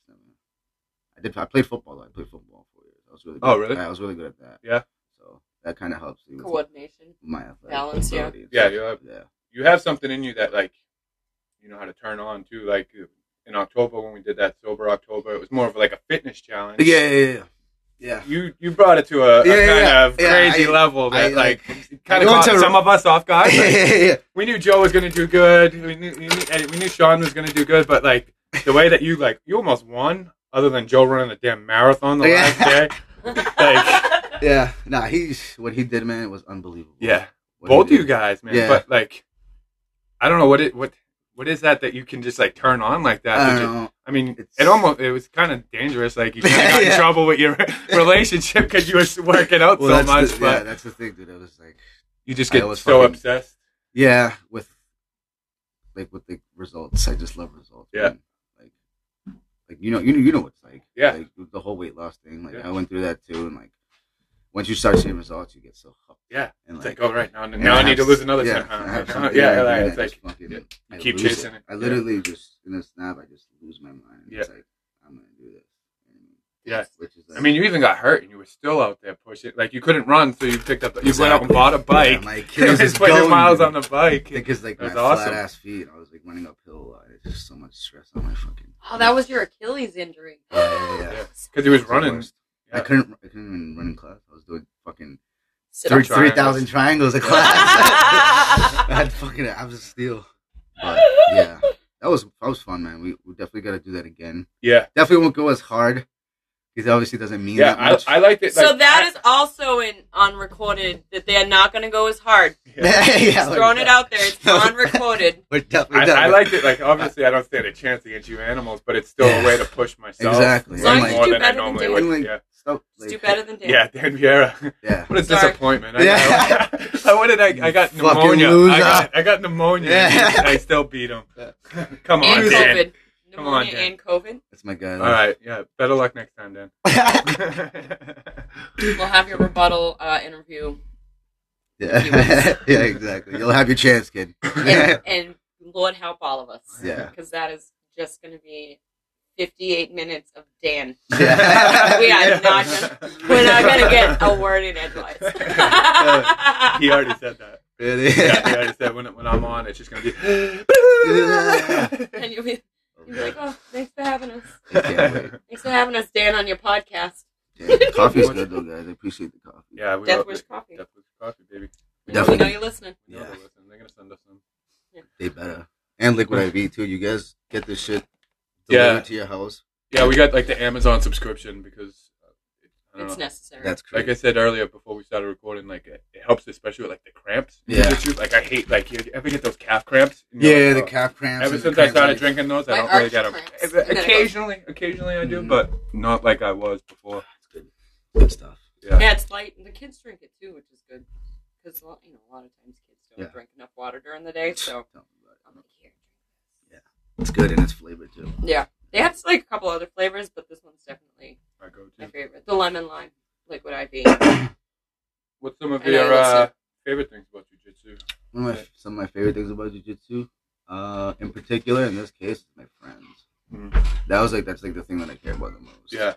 Speaker 3: I did I played football. Though. I played football for years. I was really good
Speaker 1: Oh,
Speaker 3: at-
Speaker 1: really?
Speaker 3: I was really good at that.
Speaker 1: Yeah.
Speaker 3: So that kind of helps me
Speaker 2: [laughs]
Speaker 3: with
Speaker 2: Coordination.
Speaker 3: my athletic
Speaker 2: Balance, yeah.
Speaker 3: ability and
Speaker 1: Yeah,
Speaker 3: stuff.
Speaker 1: you have-
Speaker 3: yeah.
Speaker 1: You have something in you that like you know how to turn on too. Like in October when we did that sober October, it was more of like a fitness challenge.
Speaker 3: Yeah, yeah, yeah. Yeah.
Speaker 1: You you brought it to a, a
Speaker 3: Yeah, yeah,
Speaker 1: kind
Speaker 3: yeah.
Speaker 1: of
Speaker 3: Yeah,
Speaker 1: crazy
Speaker 3: I-
Speaker 1: level that
Speaker 3: I,
Speaker 1: like, kind
Speaker 3: I
Speaker 1: of
Speaker 3: go
Speaker 1: caught
Speaker 3: into-
Speaker 1: some of us off
Speaker 3: [laughs]
Speaker 1: guard.
Speaker 3: yeah,
Speaker 1: Like,
Speaker 3: yeah, yeah.
Speaker 1: we knew Joe was going to do good. We knew, we knew eh, we knew Sean was going to do good, but like the way that you like you almost won, other than Joe running a damn marathon the
Speaker 3: Yeah.
Speaker 1: last day.
Speaker 2: Oh,
Speaker 1: Like-
Speaker 3: Yeah. Nah, he's what he did, man, was unbelievable.
Speaker 1: Yeah,
Speaker 3: What he
Speaker 1: both
Speaker 3: did.
Speaker 1: you guys, man.
Speaker 3: Yeah.
Speaker 1: But like, I don't know what it what what is that that you can just like turn on like that.
Speaker 3: I
Speaker 1: Did
Speaker 3: don't
Speaker 1: you-
Speaker 3: know.
Speaker 1: [laughs] I mean,
Speaker 3: It's-
Speaker 1: it almost it was kind of dangerous. Like
Speaker 3: [laughs]
Speaker 1: you kind of got in
Speaker 3: Yeah.
Speaker 1: trouble with
Speaker 3: [laughs]
Speaker 1: your relationship because you were working out
Speaker 3: Well,
Speaker 1: so
Speaker 3: that's
Speaker 1: much,
Speaker 3: the,
Speaker 1: but
Speaker 3: yeah, that's the thing, dude. It was like,
Speaker 1: you just
Speaker 3: I
Speaker 1: get so
Speaker 3: was fucking-
Speaker 1: obsessed.
Speaker 3: yeah, with like with the results. I just love results.
Speaker 1: Yeah.
Speaker 3: man. Like, like you know, you know, you know what it's like.
Speaker 1: Yeah.
Speaker 3: Like with the whole weight loss thing. Like
Speaker 1: Yeah.
Speaker 3: I went through that too, and like once you start seeing results, you get so hooked.
Speaker 1: Yeah.
Speaker 3: And
Speaker 1: It's
Speaker 3: like,
Speaker 1: like, all right, now, now
Speaker 3: and
Speaker 1: I
Speaker 3: have
Speaker 1: need to
Speaker 3: s-
Speaker 1: lose another ten
Speaker 3: yeah, I have
Speaker 1: pounds. [laughs]
Speaker 3: something
Speaker 1: yeah,
Speaker 3: in
Speaker 1: like,
Speaker 3: me
Speaker 1: it's
Speaker 3: that I
Speaker 1: like
Speaker 3: just fucking-
Speaker 1: you
Speaker 3: I
Speaker 1: keep
Speaker 3: lose
Speaker 1: chasing it.
Speaker 3: I
Speaker 1: Yeah.
Speaker 3: literally just in a snap, I just lose my mind. It's like I'm gonna do this. And,
Speaker 1: Yeah.
Speaker 3: Which is like,
Speaker 1: I mean, you even got hurt and you were still out there pushing. Like you couldn't run, so you picked up. The, you went out and
Speaker 3: Exactly.
Speaker 1: bought a
Speaker 3: Yeah,
Speaker 1: bike. [laughs]
Speaker 3: [laughs] my
Speaker 1: you
Speaker 3: Achilles
Speaker 1: was
Speaker 3: is
Speaker 1: putting
Speaker 3: going,
Speaker 1: miles
Speaker 3: dude.
Speaker 1: on the bike.
Speaker 3: because like my
Speaker 1: That's awesome.
Speaker 3: flat ass feet, I was like running uphill a lot. It's just so much stress on my fucking.
Speaker 2: Oh, that was your Achilles injury.
Speaker 3: Yeah,
Speaker 2: [gasps]
Speaker 3: yeah, yeah.
Speaker 1: because he was
Speaker 3: It's the
Speaker 1: running.
Speaker 3: worst. I couldn't. I couldn't even run in class. I was doing fucking
Speaker 2: Sit
Speaker 3: three
Speaker 1: Three-
Speaker 2: up.
Speaker 1: triangles.
Speaker 3: three thousand triangles in
Speaker 1: [laughs]
Speaker 3: class. I had fucking. I was a steal. But yeah, that was that was fun, man. We, we definitely got to do that again.
Speaker 1: Yeah,
Speaker 3: Definitely won't go as hard because it obviously doesn't mean
Speaker 1: yeah.
Speaker 3: that much. [laughs]
Speaker 1: I, I liked it.
Speaker 2: So
Speaker 1: like,
Speaker 2: that
Speaker 1: I-
Speaker 2: is also in unrecorded that they are not going to go as hard.
Speaker 1: [laughs]
Speaker 3: [laughs]
Speaker 1: yeah.
Speaker 3: yeah,
Speaker 2: Just
Speaker 3: like
Speaker 2: throwing it
Speaker 3: that.
Speaker 2: out there. It's unrecorded.
Speaker 3: We're definitely
Speaker 1: I,
Speaker 3: done.
Speaker 1: I liked it. Like obviously, I don't stand a chance against you animals, but it's still a
Speaker 3: Yeah.
Speaker 1: way to push myself.
Speaker 3: Exactly.
Speaker 1: way
Speaker 3: As long as you
Speaker 1: more
Speaker 2: do
Speaker 1: than I
Speaker 2: better than
Speaker 1: normally
Speaker 2: Dan.
Speaker 1: would.
Speaker 3: Like,
Speaker 1: yeah.
Speaker 3: stop,
Speaker 2: Just do
Speaker 3: like,
Speaker 2: better than Dan.
Speaker 1: yeah, Dan Vieira. [laughs]
Speaker 3: Yeah.
Speaker 1: What a
Speaker 2: Sorry.
Speaker 1: disappointment! I,
Speaker 3: Yeah.
Speaker 1: [laughs] I, I, what did I? I got
Speaker 3: Fucking
Speaker 1: pneumonia. I
Speaker 3: loser.
Speaker 1: got, I got pneumonia.
Speaker 3: Yeah.
Speaker 1: and I still beat
Speaker 3: [laughs]
Speaker 1: him. [laughs] Come on,
Speaker 2: and
Speaker 1: Dan.
Speaker 2: COVID.
Speaker 1: Come on,
Speaker 2: Pneumonia
Speaker 1: Dan.
Speaker 2: and COVID.
Speaker 3: That's my guy.
Speaker 1: All right. Yeah. Better luck next time, Dan.
Speaker 3: [laughs]
Speaker 2: We'll have your rebuttal uh, interview.
Speaker 3: yeah. [laughs] yeah, exactly. You'll have your chance,
Speaker 2: [laughs]
Speaker 3: kid.
Speaker 2: And, and Lord help all of us.
Speaker 3: Yeah.
Speaker 2: Because that is just going to be 58 minutes of
Speaker 3: [laughs]
Speaker 2: Dan.
Speaker 3: Yeah.
Speaker 2: [laughs] We are not We're not going to get a word in edgewise.
Speaker 1: [laughs]
Speaker 3: [laughs]
Speaker 1: He already said that.
Speaker 3: Really? [laughs]
Speaker 1: Yeah, he already said when, when I'm on, it's just gonna be.
Speaker 2: [laughs] and you'll be, you'll be like, oh, thanks for having us.
Speaker 3: I can't wait.
Speaker 2: Thanks for having us, Dan, on your podcast. [laughs]
Speaker 3: Yeah, coffee's good though, guys. I appreciate the coffee.
Speaker 1: yeah, we
Speaker 2: Death
Speaker 1: all-
Speaker 2: Wish Coffee.
Speaker 1: Death Wish Coffee, baby.
Speaker 2: We know
Speaker 3: Definitely.
Speaker 2: you're listening.
Speaker 1: We know
Speaker 3: Yeah.
Speaker 1: they're listening. They're gonna send us some.
Speaker 3: They better. And Liquid IV too. You guys get this shit
Speaker 1: Yeah.
Speaker 3: delivered to your house.
Speaker 1: Yeah, we got like the Amazon subscription because uh, it- I don't
Speaker 2: It's
Speaker 1: know.
Speaker 2: necessary.
Speaker 3: That's
Speaker 1: Like
Speaker 3: crazy.
Speaker 1: I said earlier before we started recording, like it, it helps especially with like the cramps. and
Speaker 3: Yeah.
Speaker 1: issues. Like I hate like you ever get those calf cramps. And you're
Speaker 3: yeah,
Speaker 1: like,
Speaker 3: the
Speaker 1: oh.
Speaker 3: calf cramps.
Speaker 1: Ever
Speaker 3: and the
Speaker 1: since I
Speaker 3: cramps,
Speaker 1: started
Speaker 3: like-
Speaker 1: drinking those, I
Speaker 2: My
Speaker 1: don't really
Speaker 2: arch
Speaker 1: get them.
Speaker 2: cramps.
Speaker 1: Ev-
Speaker 2: And then it goes-
Speaker 1: Occasionally, occasionally I do,
Speaker 3: Mhm.
Speaker 1: but not like I was before.
Speaker 3: Good stuff.
Speaker 2: Yeah, it's light, and the kids drink it too, which is good. Because you know, a lot of times kids don't
Speaker 3: Yeah.
Speaker 2: drink enough water during the day, so
Speaker 3: [laughs] Tell me about
Speaker 2: I'm like, here.
Speaker 3: it. It's good and it's flavored too.
Speaker 2: Yeah, they have like a couple other flavors, but this one's definitely
Speaker 1: I go
Speaker 2: my
Speaker 1: to.
Speaker 2: favorite. The lemon lime liquid IV.
Speaker 1: What's some of
Speaker 2: I know
Speaker 1: your
Speaker 2: that's
Speaker 1: uh,
Speaker 2: it.
Speaker 1: favorite things about jujitsu?
Speaker 3: One of my, some of my favorite things about jujitsu, uh, in particular, in this case, my friends.
Speaker 1: Mhm.
Speaker 3: That was like that's like the thing that I care about the most.
Speaker 1: Yeah,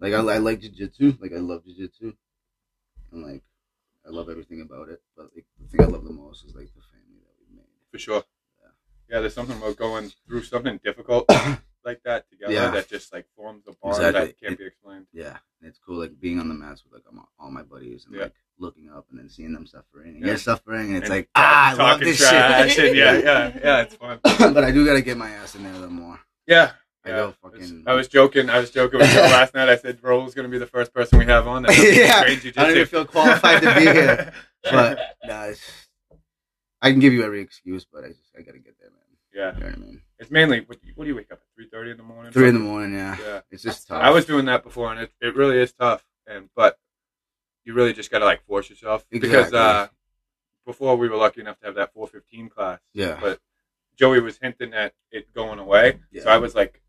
Speaker 3: Like I, I like jujitsu. Like I love jujitsu, and like I love everything about it. But like the thing I love the most is like the family that we made.
Speaker 1: for sure.
Speaker 3: Yeah.
Speaker 1: Yeah, there's something about going through something
Speaker 3: [coughs]
Speaker 1: difficult like that together
Speaker 3: Yeah.
Speaker 1: that just like forms a bond
Speaker 3: Exactly.
Speaker 1: that can't
Speaker 3: It-
Speaker 1: be explained.
Speaker 3: Yeah, and it's cool like being on the mats with like all my, all my buddies and
Speaker 1: Yeah.
Speaker 3: like looking up and then seeing them suffering and
Speaker 1: Yeah.
Speaker 3: you're suffering and it's
Speaker 1: And
Speaker 3: like
Speaker 1: talk-
Speaker 3: ah, I love
Speaker 1: talking
Speaker 3: this
Speaker 1: trash and yeah, yeah, yeah, it's fun.
Speaker 3: shit. [laughs] but I do gotta get my ass in there a little more.
Speaker 1: Yeah.
Speaker 3: I
Speaker 1: yeah.
Speaker 3: go
Speaker 1: It's-
Speaker 3: fucking.
Speaker 1: I was joking. I was joking
Speaker 3: [laughs]
Speaker 1: with Joe last night. I said Roll's going to be the first person we have on. That doesn't
Speaker 3: Yeah.
Speaker 1: train
Speaker 3: I don't even
Speaker 1: jujitsu.
Speaker 3: feel qualified to be here.
Speaker 1: [laughs]
Speaker 3: but nah, it's, I can give you every excuse, but I just I gotta get there, man.
Speaker 1: Yeah,
Speaker 3: You know what I mean?
Speaker 1: it's mainly what, do you- what do you wake up at three thirty in the morning?
Speaker 3: Three in the morning, yeah.
Speaker 1: Yeah,
Speaker 3: It's just tough.
Speaker 1: I was doing that before, and it, it really is tough. And but you really just gotta like force yourself because
Speaker 3: Exactly.
Speaker 1: uh, before we were lucky enough to have that four fifteen class,
Speaker 3: yeah.
Speaker 1: but Joey was hinting at it going away,
Speaker 3: Yeah.
Speaker 1: so I was like,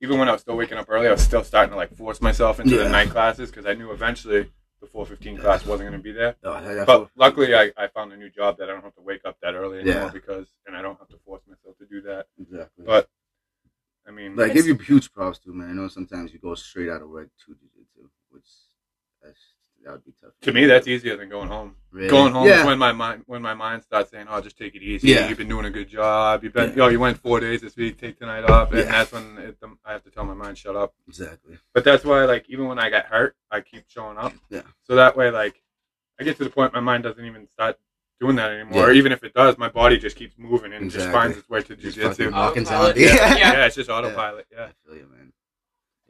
Speaker 1: even when I was still waking up early, I was still starting to like force myself into
Speaker 3: Yeah.
Speaker 1: the night classes because I knew eventually the four fifteen class wasn't gonna be there.
Speaker 3: Oh, I- I-
Speaker 1: But luckily, I, I found a new job that I don't have to wake up that early anymore
Speaker 3: Yeah.
Speaker 1: because, and I don't have to force myself to do that.
Speaker 3: exactly.
Speaker 1: But I mean,
Speaker 3: But I give you huge props too, man. I know sometimes you go straight out of work to jujitsu, which that's, that would be tough.
Speaker 1: to me, that's easier than going home.
Speaker 3: Really?
Speaker 1: Going home
Speaker 3: Yeah.
Speaker 1: is when my mind when my mind starts saying, "Oh, just take it easy.
Speaker 3: Yeah.
Speaker 1: You've been doing a good job. You've been,
Speaker 3: Yeah.
Speaker 1: yo, you went four days this week. Take tonight off." And
Speaker 3: Yeah.
Speaker 1: that's when it, the, I have to tell my mind, "Shut up."
Speaker 3: exactly.
Speaker 1: But that's why, like, even when I get hurt, I keep showing up.
Speaker 3: Yeah.
Speaker 1: So that way, like, I get to the point my mind doesn't even start doing that anymore.
Speaker 3: Yeah.
Speaker 1: Or even if it does, my body just keeps moving and just
Speaker 3: Exactly.
Speaker 1: finds its way to
Speaker 3: Just
Speaker 1: jujitsu.
Speaker 3: fucking knocking
Speaker 2: Autopilot.
Speaker 3: zombie.
Speaker 2: Yeah.
Speaker 1: yeah. it's just autopilot. Yeah.
Speaker 3: I feel you, man.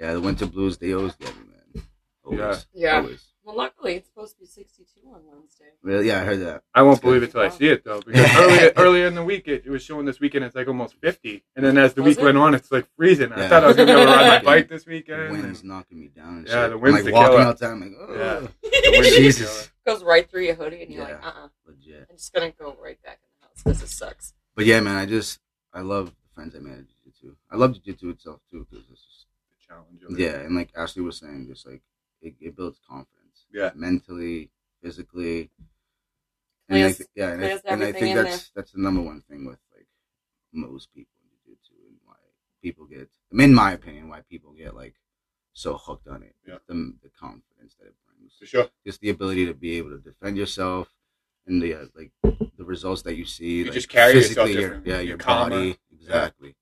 Speaker 3: Yeah, the winter blues they always get me, man. Always.
Speaker 2: Yeah. Yeah.
Speaker 3: Always.
Speaker 2: Well, luckily, it's supposed to be 62 on Wednesday.
Speaker 3: Really? Yeah, I heard that.
Speaker 1: I won't believe it till I see it though, because
Speaker 2: [laughs]
Speaker 1: earlier earlier in the week it, it was showing this weekend it's like almost fifty, and then as the
Speaker 2: Was
Speaker 1: week
Speaker 2: it?
Speaker 1: went on, it's like freezing. I
Speaker 3: Yeah.
Speaker 1: thought I was gonna be able to ride my
Speaker 3: [laughs] Yeah.
Speaker 1: bike this
Speaker 3: The
Speaker 1: weekend.
Speaker 3: wind's
Speaker 1: and
Speaker 3: knocking me down. And
Speaker 1: Yeah,
Speaker 3: shit.
Speaker 1: the wind's
Speaker 3: I'm,
Speaker 1: the
Speaker 3: like walking
Speaker 1: killer.
Speaker 3: outside. I'm like, oh,
Speaker 1: The
Speaker 2: [laughs]
Speaker 1: wind
Speaker 3: Jesus.
Speaker 2: Goes right through your hoodie, and you're like, uh
Speaker 3: Yeah.
Speaker 2: uh-uh, uh,
Speaker 3: legit.
Speaker 2: i am just going to go right back in the house because it sucks.
Speaker 3: But yeah, man, I just I love the friends I made at jujitsu. I love jujitsu itself too because it's just
Speaker 1: Challenge. of it.
Speaker 3: yeah, and like Ashley was saying, just like it, it builds confidence.
Speaker 1: Yeah.
Speaker 3: mentally, physically, and
Speaker 2: Clears-
Speaker 3: like, yeah, and I,
Speaker 2: clears
Speaker 3: and I
Speaker 2: everything
Speaker 3: think
Speaker 2: in
Speaker 3: that's that's the number one thing with like most people in jujitsu and why people get, I mean, in my opinion, why people get like so hooked on it.
Speaker 1: Yeah.
Speaker 3: the, the confidence that it brings
Speaker 1: for sure.
Speaker 3: just the ability to be able to defend yourself and the uh, like the results that you see
Speaker 1: You
Speaker 3: like,
Speaker 1: just carry yourself
Speaker 3: physically, your,
Speaker 1: differently.
Speaker 3: yeah your,
Speaker 1: You're calmer.
Speaker 3: body exactly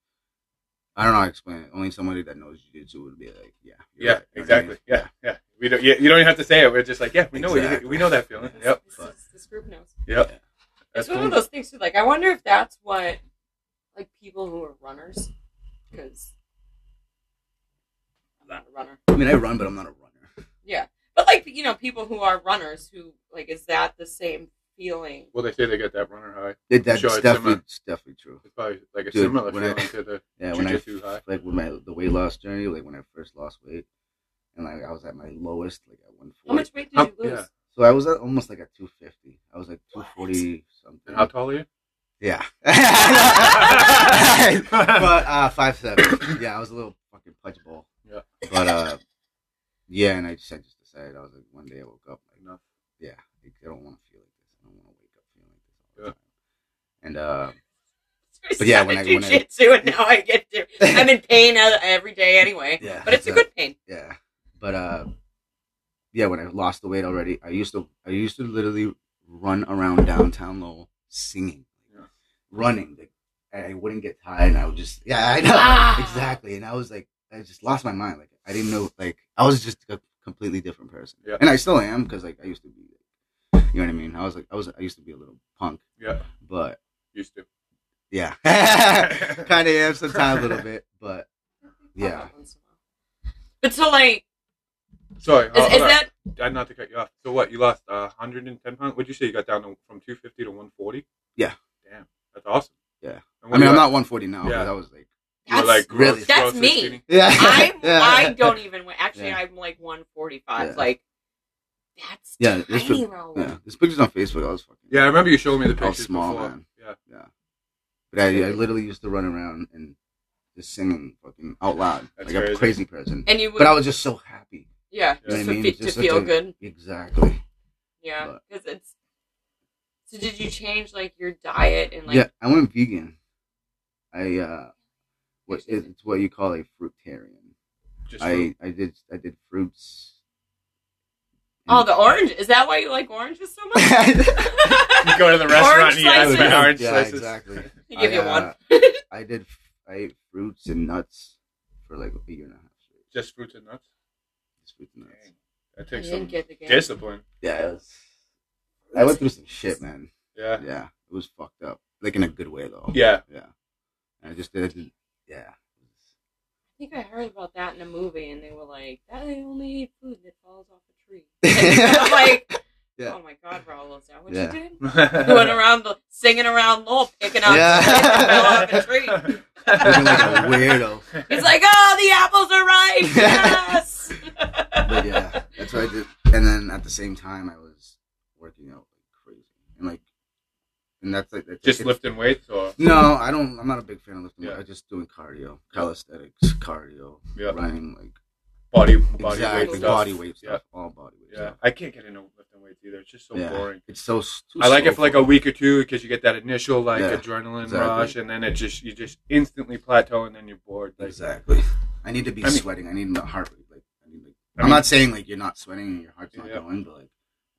Speaker 3: i don't know how to explain it only somebody that knows jiu-jitsu would be like yeah you're
Speaker 1: Yeah,
Speaker 3: right. You know what I mean?
Speaker 1: exactly. Yeah, yeah. We don't. You, you don't even have to say it. We're just like, yeah, we know. What
Speaker 3: Exactly.
Speaker 1: you, we know that feeling.
Speaker 2: This-
Speaker 1: Yep.
Speaker 2: This,
Speaker 3: but-
Speaker 2: is- this group knows.
Speaker 1: Yep.
Speaker 3: Yeah.
Speaker 1: That's
Speaker 2: it's one
Speaker 1: cool.
Speaker 2: of those things too. Like, I wonder if that's what like people who are runners, because I'm not a runner.
Speaker 3: i mean i run but i'm not a runner
Speaker 2: Yeah, but like you know, people who are runners who like is that the same feeling?
Speaker 1: Well, they say they get that runner high.
Speaker 3: It- that's
Speaker 1: Sure, it's
Speaker 3: definitely
Speaker 1: similar.
Speaker 3: it's definitely true
Speaker 1: It's probably like a
Speaker 3: Dude,
Speaker 1: similar
Speaker 3: when I-
Speaker 1: feeling to
Speaker 3: [laughs]
Speaker 1: the
Speaker 3: yeah when i
Speaker 1: jujitsu high.
Speaker 3: like with my the weight loss journey like when i first lost weight and like i was at my lowest like at 140
Speaker 2: How much weight did
Speaker 1: How-
Speaker 2: you lose?
Speaker 1: yeah.
Speaker 3: so i was at almost like at 250 i was like
Speaker 2: What?
Speaker 3: 240 something
Speaker 1: And how tall are you?
Speaker 3: Yeah. [laughs] but uh five
Speaker 1: [coughs]
Speaker 3: seven. Yeah, I was a little fucking punch bowl.
Speaker 1: Yeah.
Speaker 3: But uh yeah, and I just I just decided I was like one day I woke up like
Speaker 1: Enough.
Speaker 3: yeah, like, I don't want to feel like this. I don't want to wake up feeling like this all the time. And uh But yeah, when I- when I-
Speaker 2: jitsu and now I get
Speaker 3: [laughs]
Speaker 2: to. I'm in pain uh, every day anyway,
Speaker 3: yeah.
Speaker 2: but it's a good pain.
Speaker 3: Yeah. But uh yeah, when I lost the weight already, I used to I used to literally run around downtown Lowell singing.
Speaker 1: Yeah.
Speaker 3: Running. Like, and I wouldn't get tired and I would just Yeah, I know.
Speaker 2: Ah.
Speaker 3: Exactly. And I was like I just lost my mind. Like I didn't know like I was just a completely different person.
Speaker 1: Yeah.
Speaker 3: And I still am because like I used to be you know what I mean? I was like I was I used to be a little punk,
Speaker 1: Yeah,
Speaker 3: but
Speaker 1: used to.
Speaker 3: yeah.
Speaker 1: [laughs]
Speaker 3: [laughs] kind of am sometimes a little bit, but yeah.
Speaker 2: But so like,
Speaker 1: Sorry.
Speaker 2: is,
Speaker 1: Oh, hold-
Speaker 2: is
Speaker 1: hold on.
Speaker 2: that
Speaker 1: I Uh, not to cut you off. So what? You lost uh, 110 pounds. What'd you say? You got down to, from 250 to 140.
Speaker 3: Yeah.
Speaker 1: Damn, that's awesome.
Speaker 3: Yeah.
Speaker 1: And
Speaker 3: I
Speaker 1: what
Speaker 3: mean,
Speaker 1: you
Speaker 3: I'm
Speaker 1: got-
Speaker 3: not 140 now,
Speaker 1: Yeah.
Speaker 3: but I was like
Speaker 1: you were,
Speaker 2: that's
Speaker 1: like
Speaker 3: really-
Speaker 1: gross-
Speaker 2: that's
Speaker 1: gross and
Speaker 2: me.
Speaker 1: skinny?
Speaker 3: Yeah.
Speaker 2: [laughs] I'm,
Speaker 3: [laughs] yeah.
Speaker 2: I don't even. wa- Actually,
Speaker 3: Yeah.
Speaker 2: I'm like 145.
Speaker 3: Yeah.
Speaker 2: Like that's
Speaker 3: Yeah, it's
Speaker 2: tiny rolling.
Speaker 3: Yeah, this picture's on Facebook. I was fucking.
Speaker 1: Yeah, I remember you showed me the
Speaker 3: How
Speaker 1: pictures
Speaker 3: small,
Speaker 1: before.
Speaker 3: man.
Speaker 1: Yeah,
Speaker 3: But I, I literally used to run around and just sing fucking out loud
Speaker 1: That's
Speaker 3: like a
Speaker 1: crazy.
Speaker 3: crazy person.
Speaker 2: And you would,
Speaker 3: but I was just so happy.
Speaker 1: You know
Speaker 2: yeah, just
Speaker 3: what I
Speaker 2: to,
Speaker 3: mean?
Speaker 2: fit,
Speaker 3: Just
Speaker 2: to
Speaker 3: like
Speaker 2: feel
Speaker 3: a-
Speaker 2: good.
Speaker 3: Exactly.
Speaker 2: Yeah,
Speaker 3: but-
Speaker 2: because it's. So did you change like your diet and like?
Speaker 3: yeah, I went vegan. I uh, what it's what you call a fruitarian.
Speaker 1: just
Speaker 3: [laughs] I I did I did fruits.
Speaker 2: Oh, the orange. Is that why you like oranges so
Speaker 3: [laughs]
Speaker 2: much? [laughs]
Speaker 1: you go to the restaurant and you ask
Speaker 2: slices.
Speaker 1: for orange
Speaker 3: Yeah,
Speaker 1: slices. [laughs]
Speaker 3: exactly.
Speaker 2: He give
Speaker 3: I,
Speaker 2: you
Speaker 3: uh,
Speaker 2: one. [laughs]
Speaker 3: I did f- I ate fruits and nuts for like a year and a half straight.
Speaker 1: Just fruits and nuts.
Speaker 3: Just fruits and nuts.
Speaker 1: That
Speaker 2: You
Speaker 1: takes some
Speaker 2: didn't get the game.
Speaker 1: discipline.
Speaker 3: Yeah, it was, I went through some shit, man.
Speaker 1: Yeah,
Speaker 3: Yeah, it was fucked up, like in a good way though.
Speaker 1: yeah.
Speaker 3: Yeah. And I just did it. Yeah. [laughs]
Speaker 2: I think I heard about that in a movie,
Speaker 3: [laughs]
Speaker 2: and they were like, "That they only eat food that falls off a tree." I'm
Speaker 3: yeah.
Speaker 2: like,
Speaker 3: Yeah.
Speaker 2: oh my God, Raul is that what
Speaker 3: Yeah.
Speaker 2: you
Speaker 3: [laughs]
Speaker 1: [laughs]
Speaker 2: did? Going around the singing around Lowell, picking up
Speaker 3: Yeah.
Speaker 2: yeah. fell off a
Speaker 3: [laughs]
Speaker 2: tree.
Speaker 3: Looking like a
Speaker 1: [laughs]
Speaker 3: weirdo.
Speaker 2: He's like, oh, the apples are
Speaker 3: [laughs]
Speaker 2: ripe. Yes.
Speaker 3: But yeah, that's what I did. And then at the same time, I was working out like crazy, and like, and that's like that's
Speaker 1: Just
Speaker 3: it's-
Speaker 1: lifting weights or
Speaker 3: No, I don't. I'm not a big fan of lifting.
Speaker 1: Yeah.
Speaker 3: weights. I just doing cardio, calisthenics, cardio,
Speaker 1: yeah,
Speaker 3: running, like
Speaker 1: body body
Speaker 3: exactly
Speaker 1: weight stuff.
Speaker 3: body weight stuff, all body weight.
Speaker 1: Yeah, yeah.
Speaker 3: stuff.
Speaker 1: I can't get into lifting weights either. It's just so
Speaker 3: Yeah.
Speaker 1: boring.
Speaker 3: It's so. s- too
Speaker 1: I like
Speaker 3: slow
Speaker 1: it for like a week or two because you get that initial like
Speaker 3: Yeah,
Speaker 1: adrenaline
Speaker 3: exactly.
Speaker 1: rush, and then it just you just instantly plateau, and then you're bored. Like,
Speaker 3: Exactly. I need to be
Speaker 1: I mean-
Speaker 3: sweating. I need the heart rate. Like, I need, like
Speaker 1: I
Speaker 3: I'm
Speaker 1: mean-
Speaker 3: not saying like you're not sweating and your heart's not
Speaker 1: Yeah.
Speaker 3: going, but like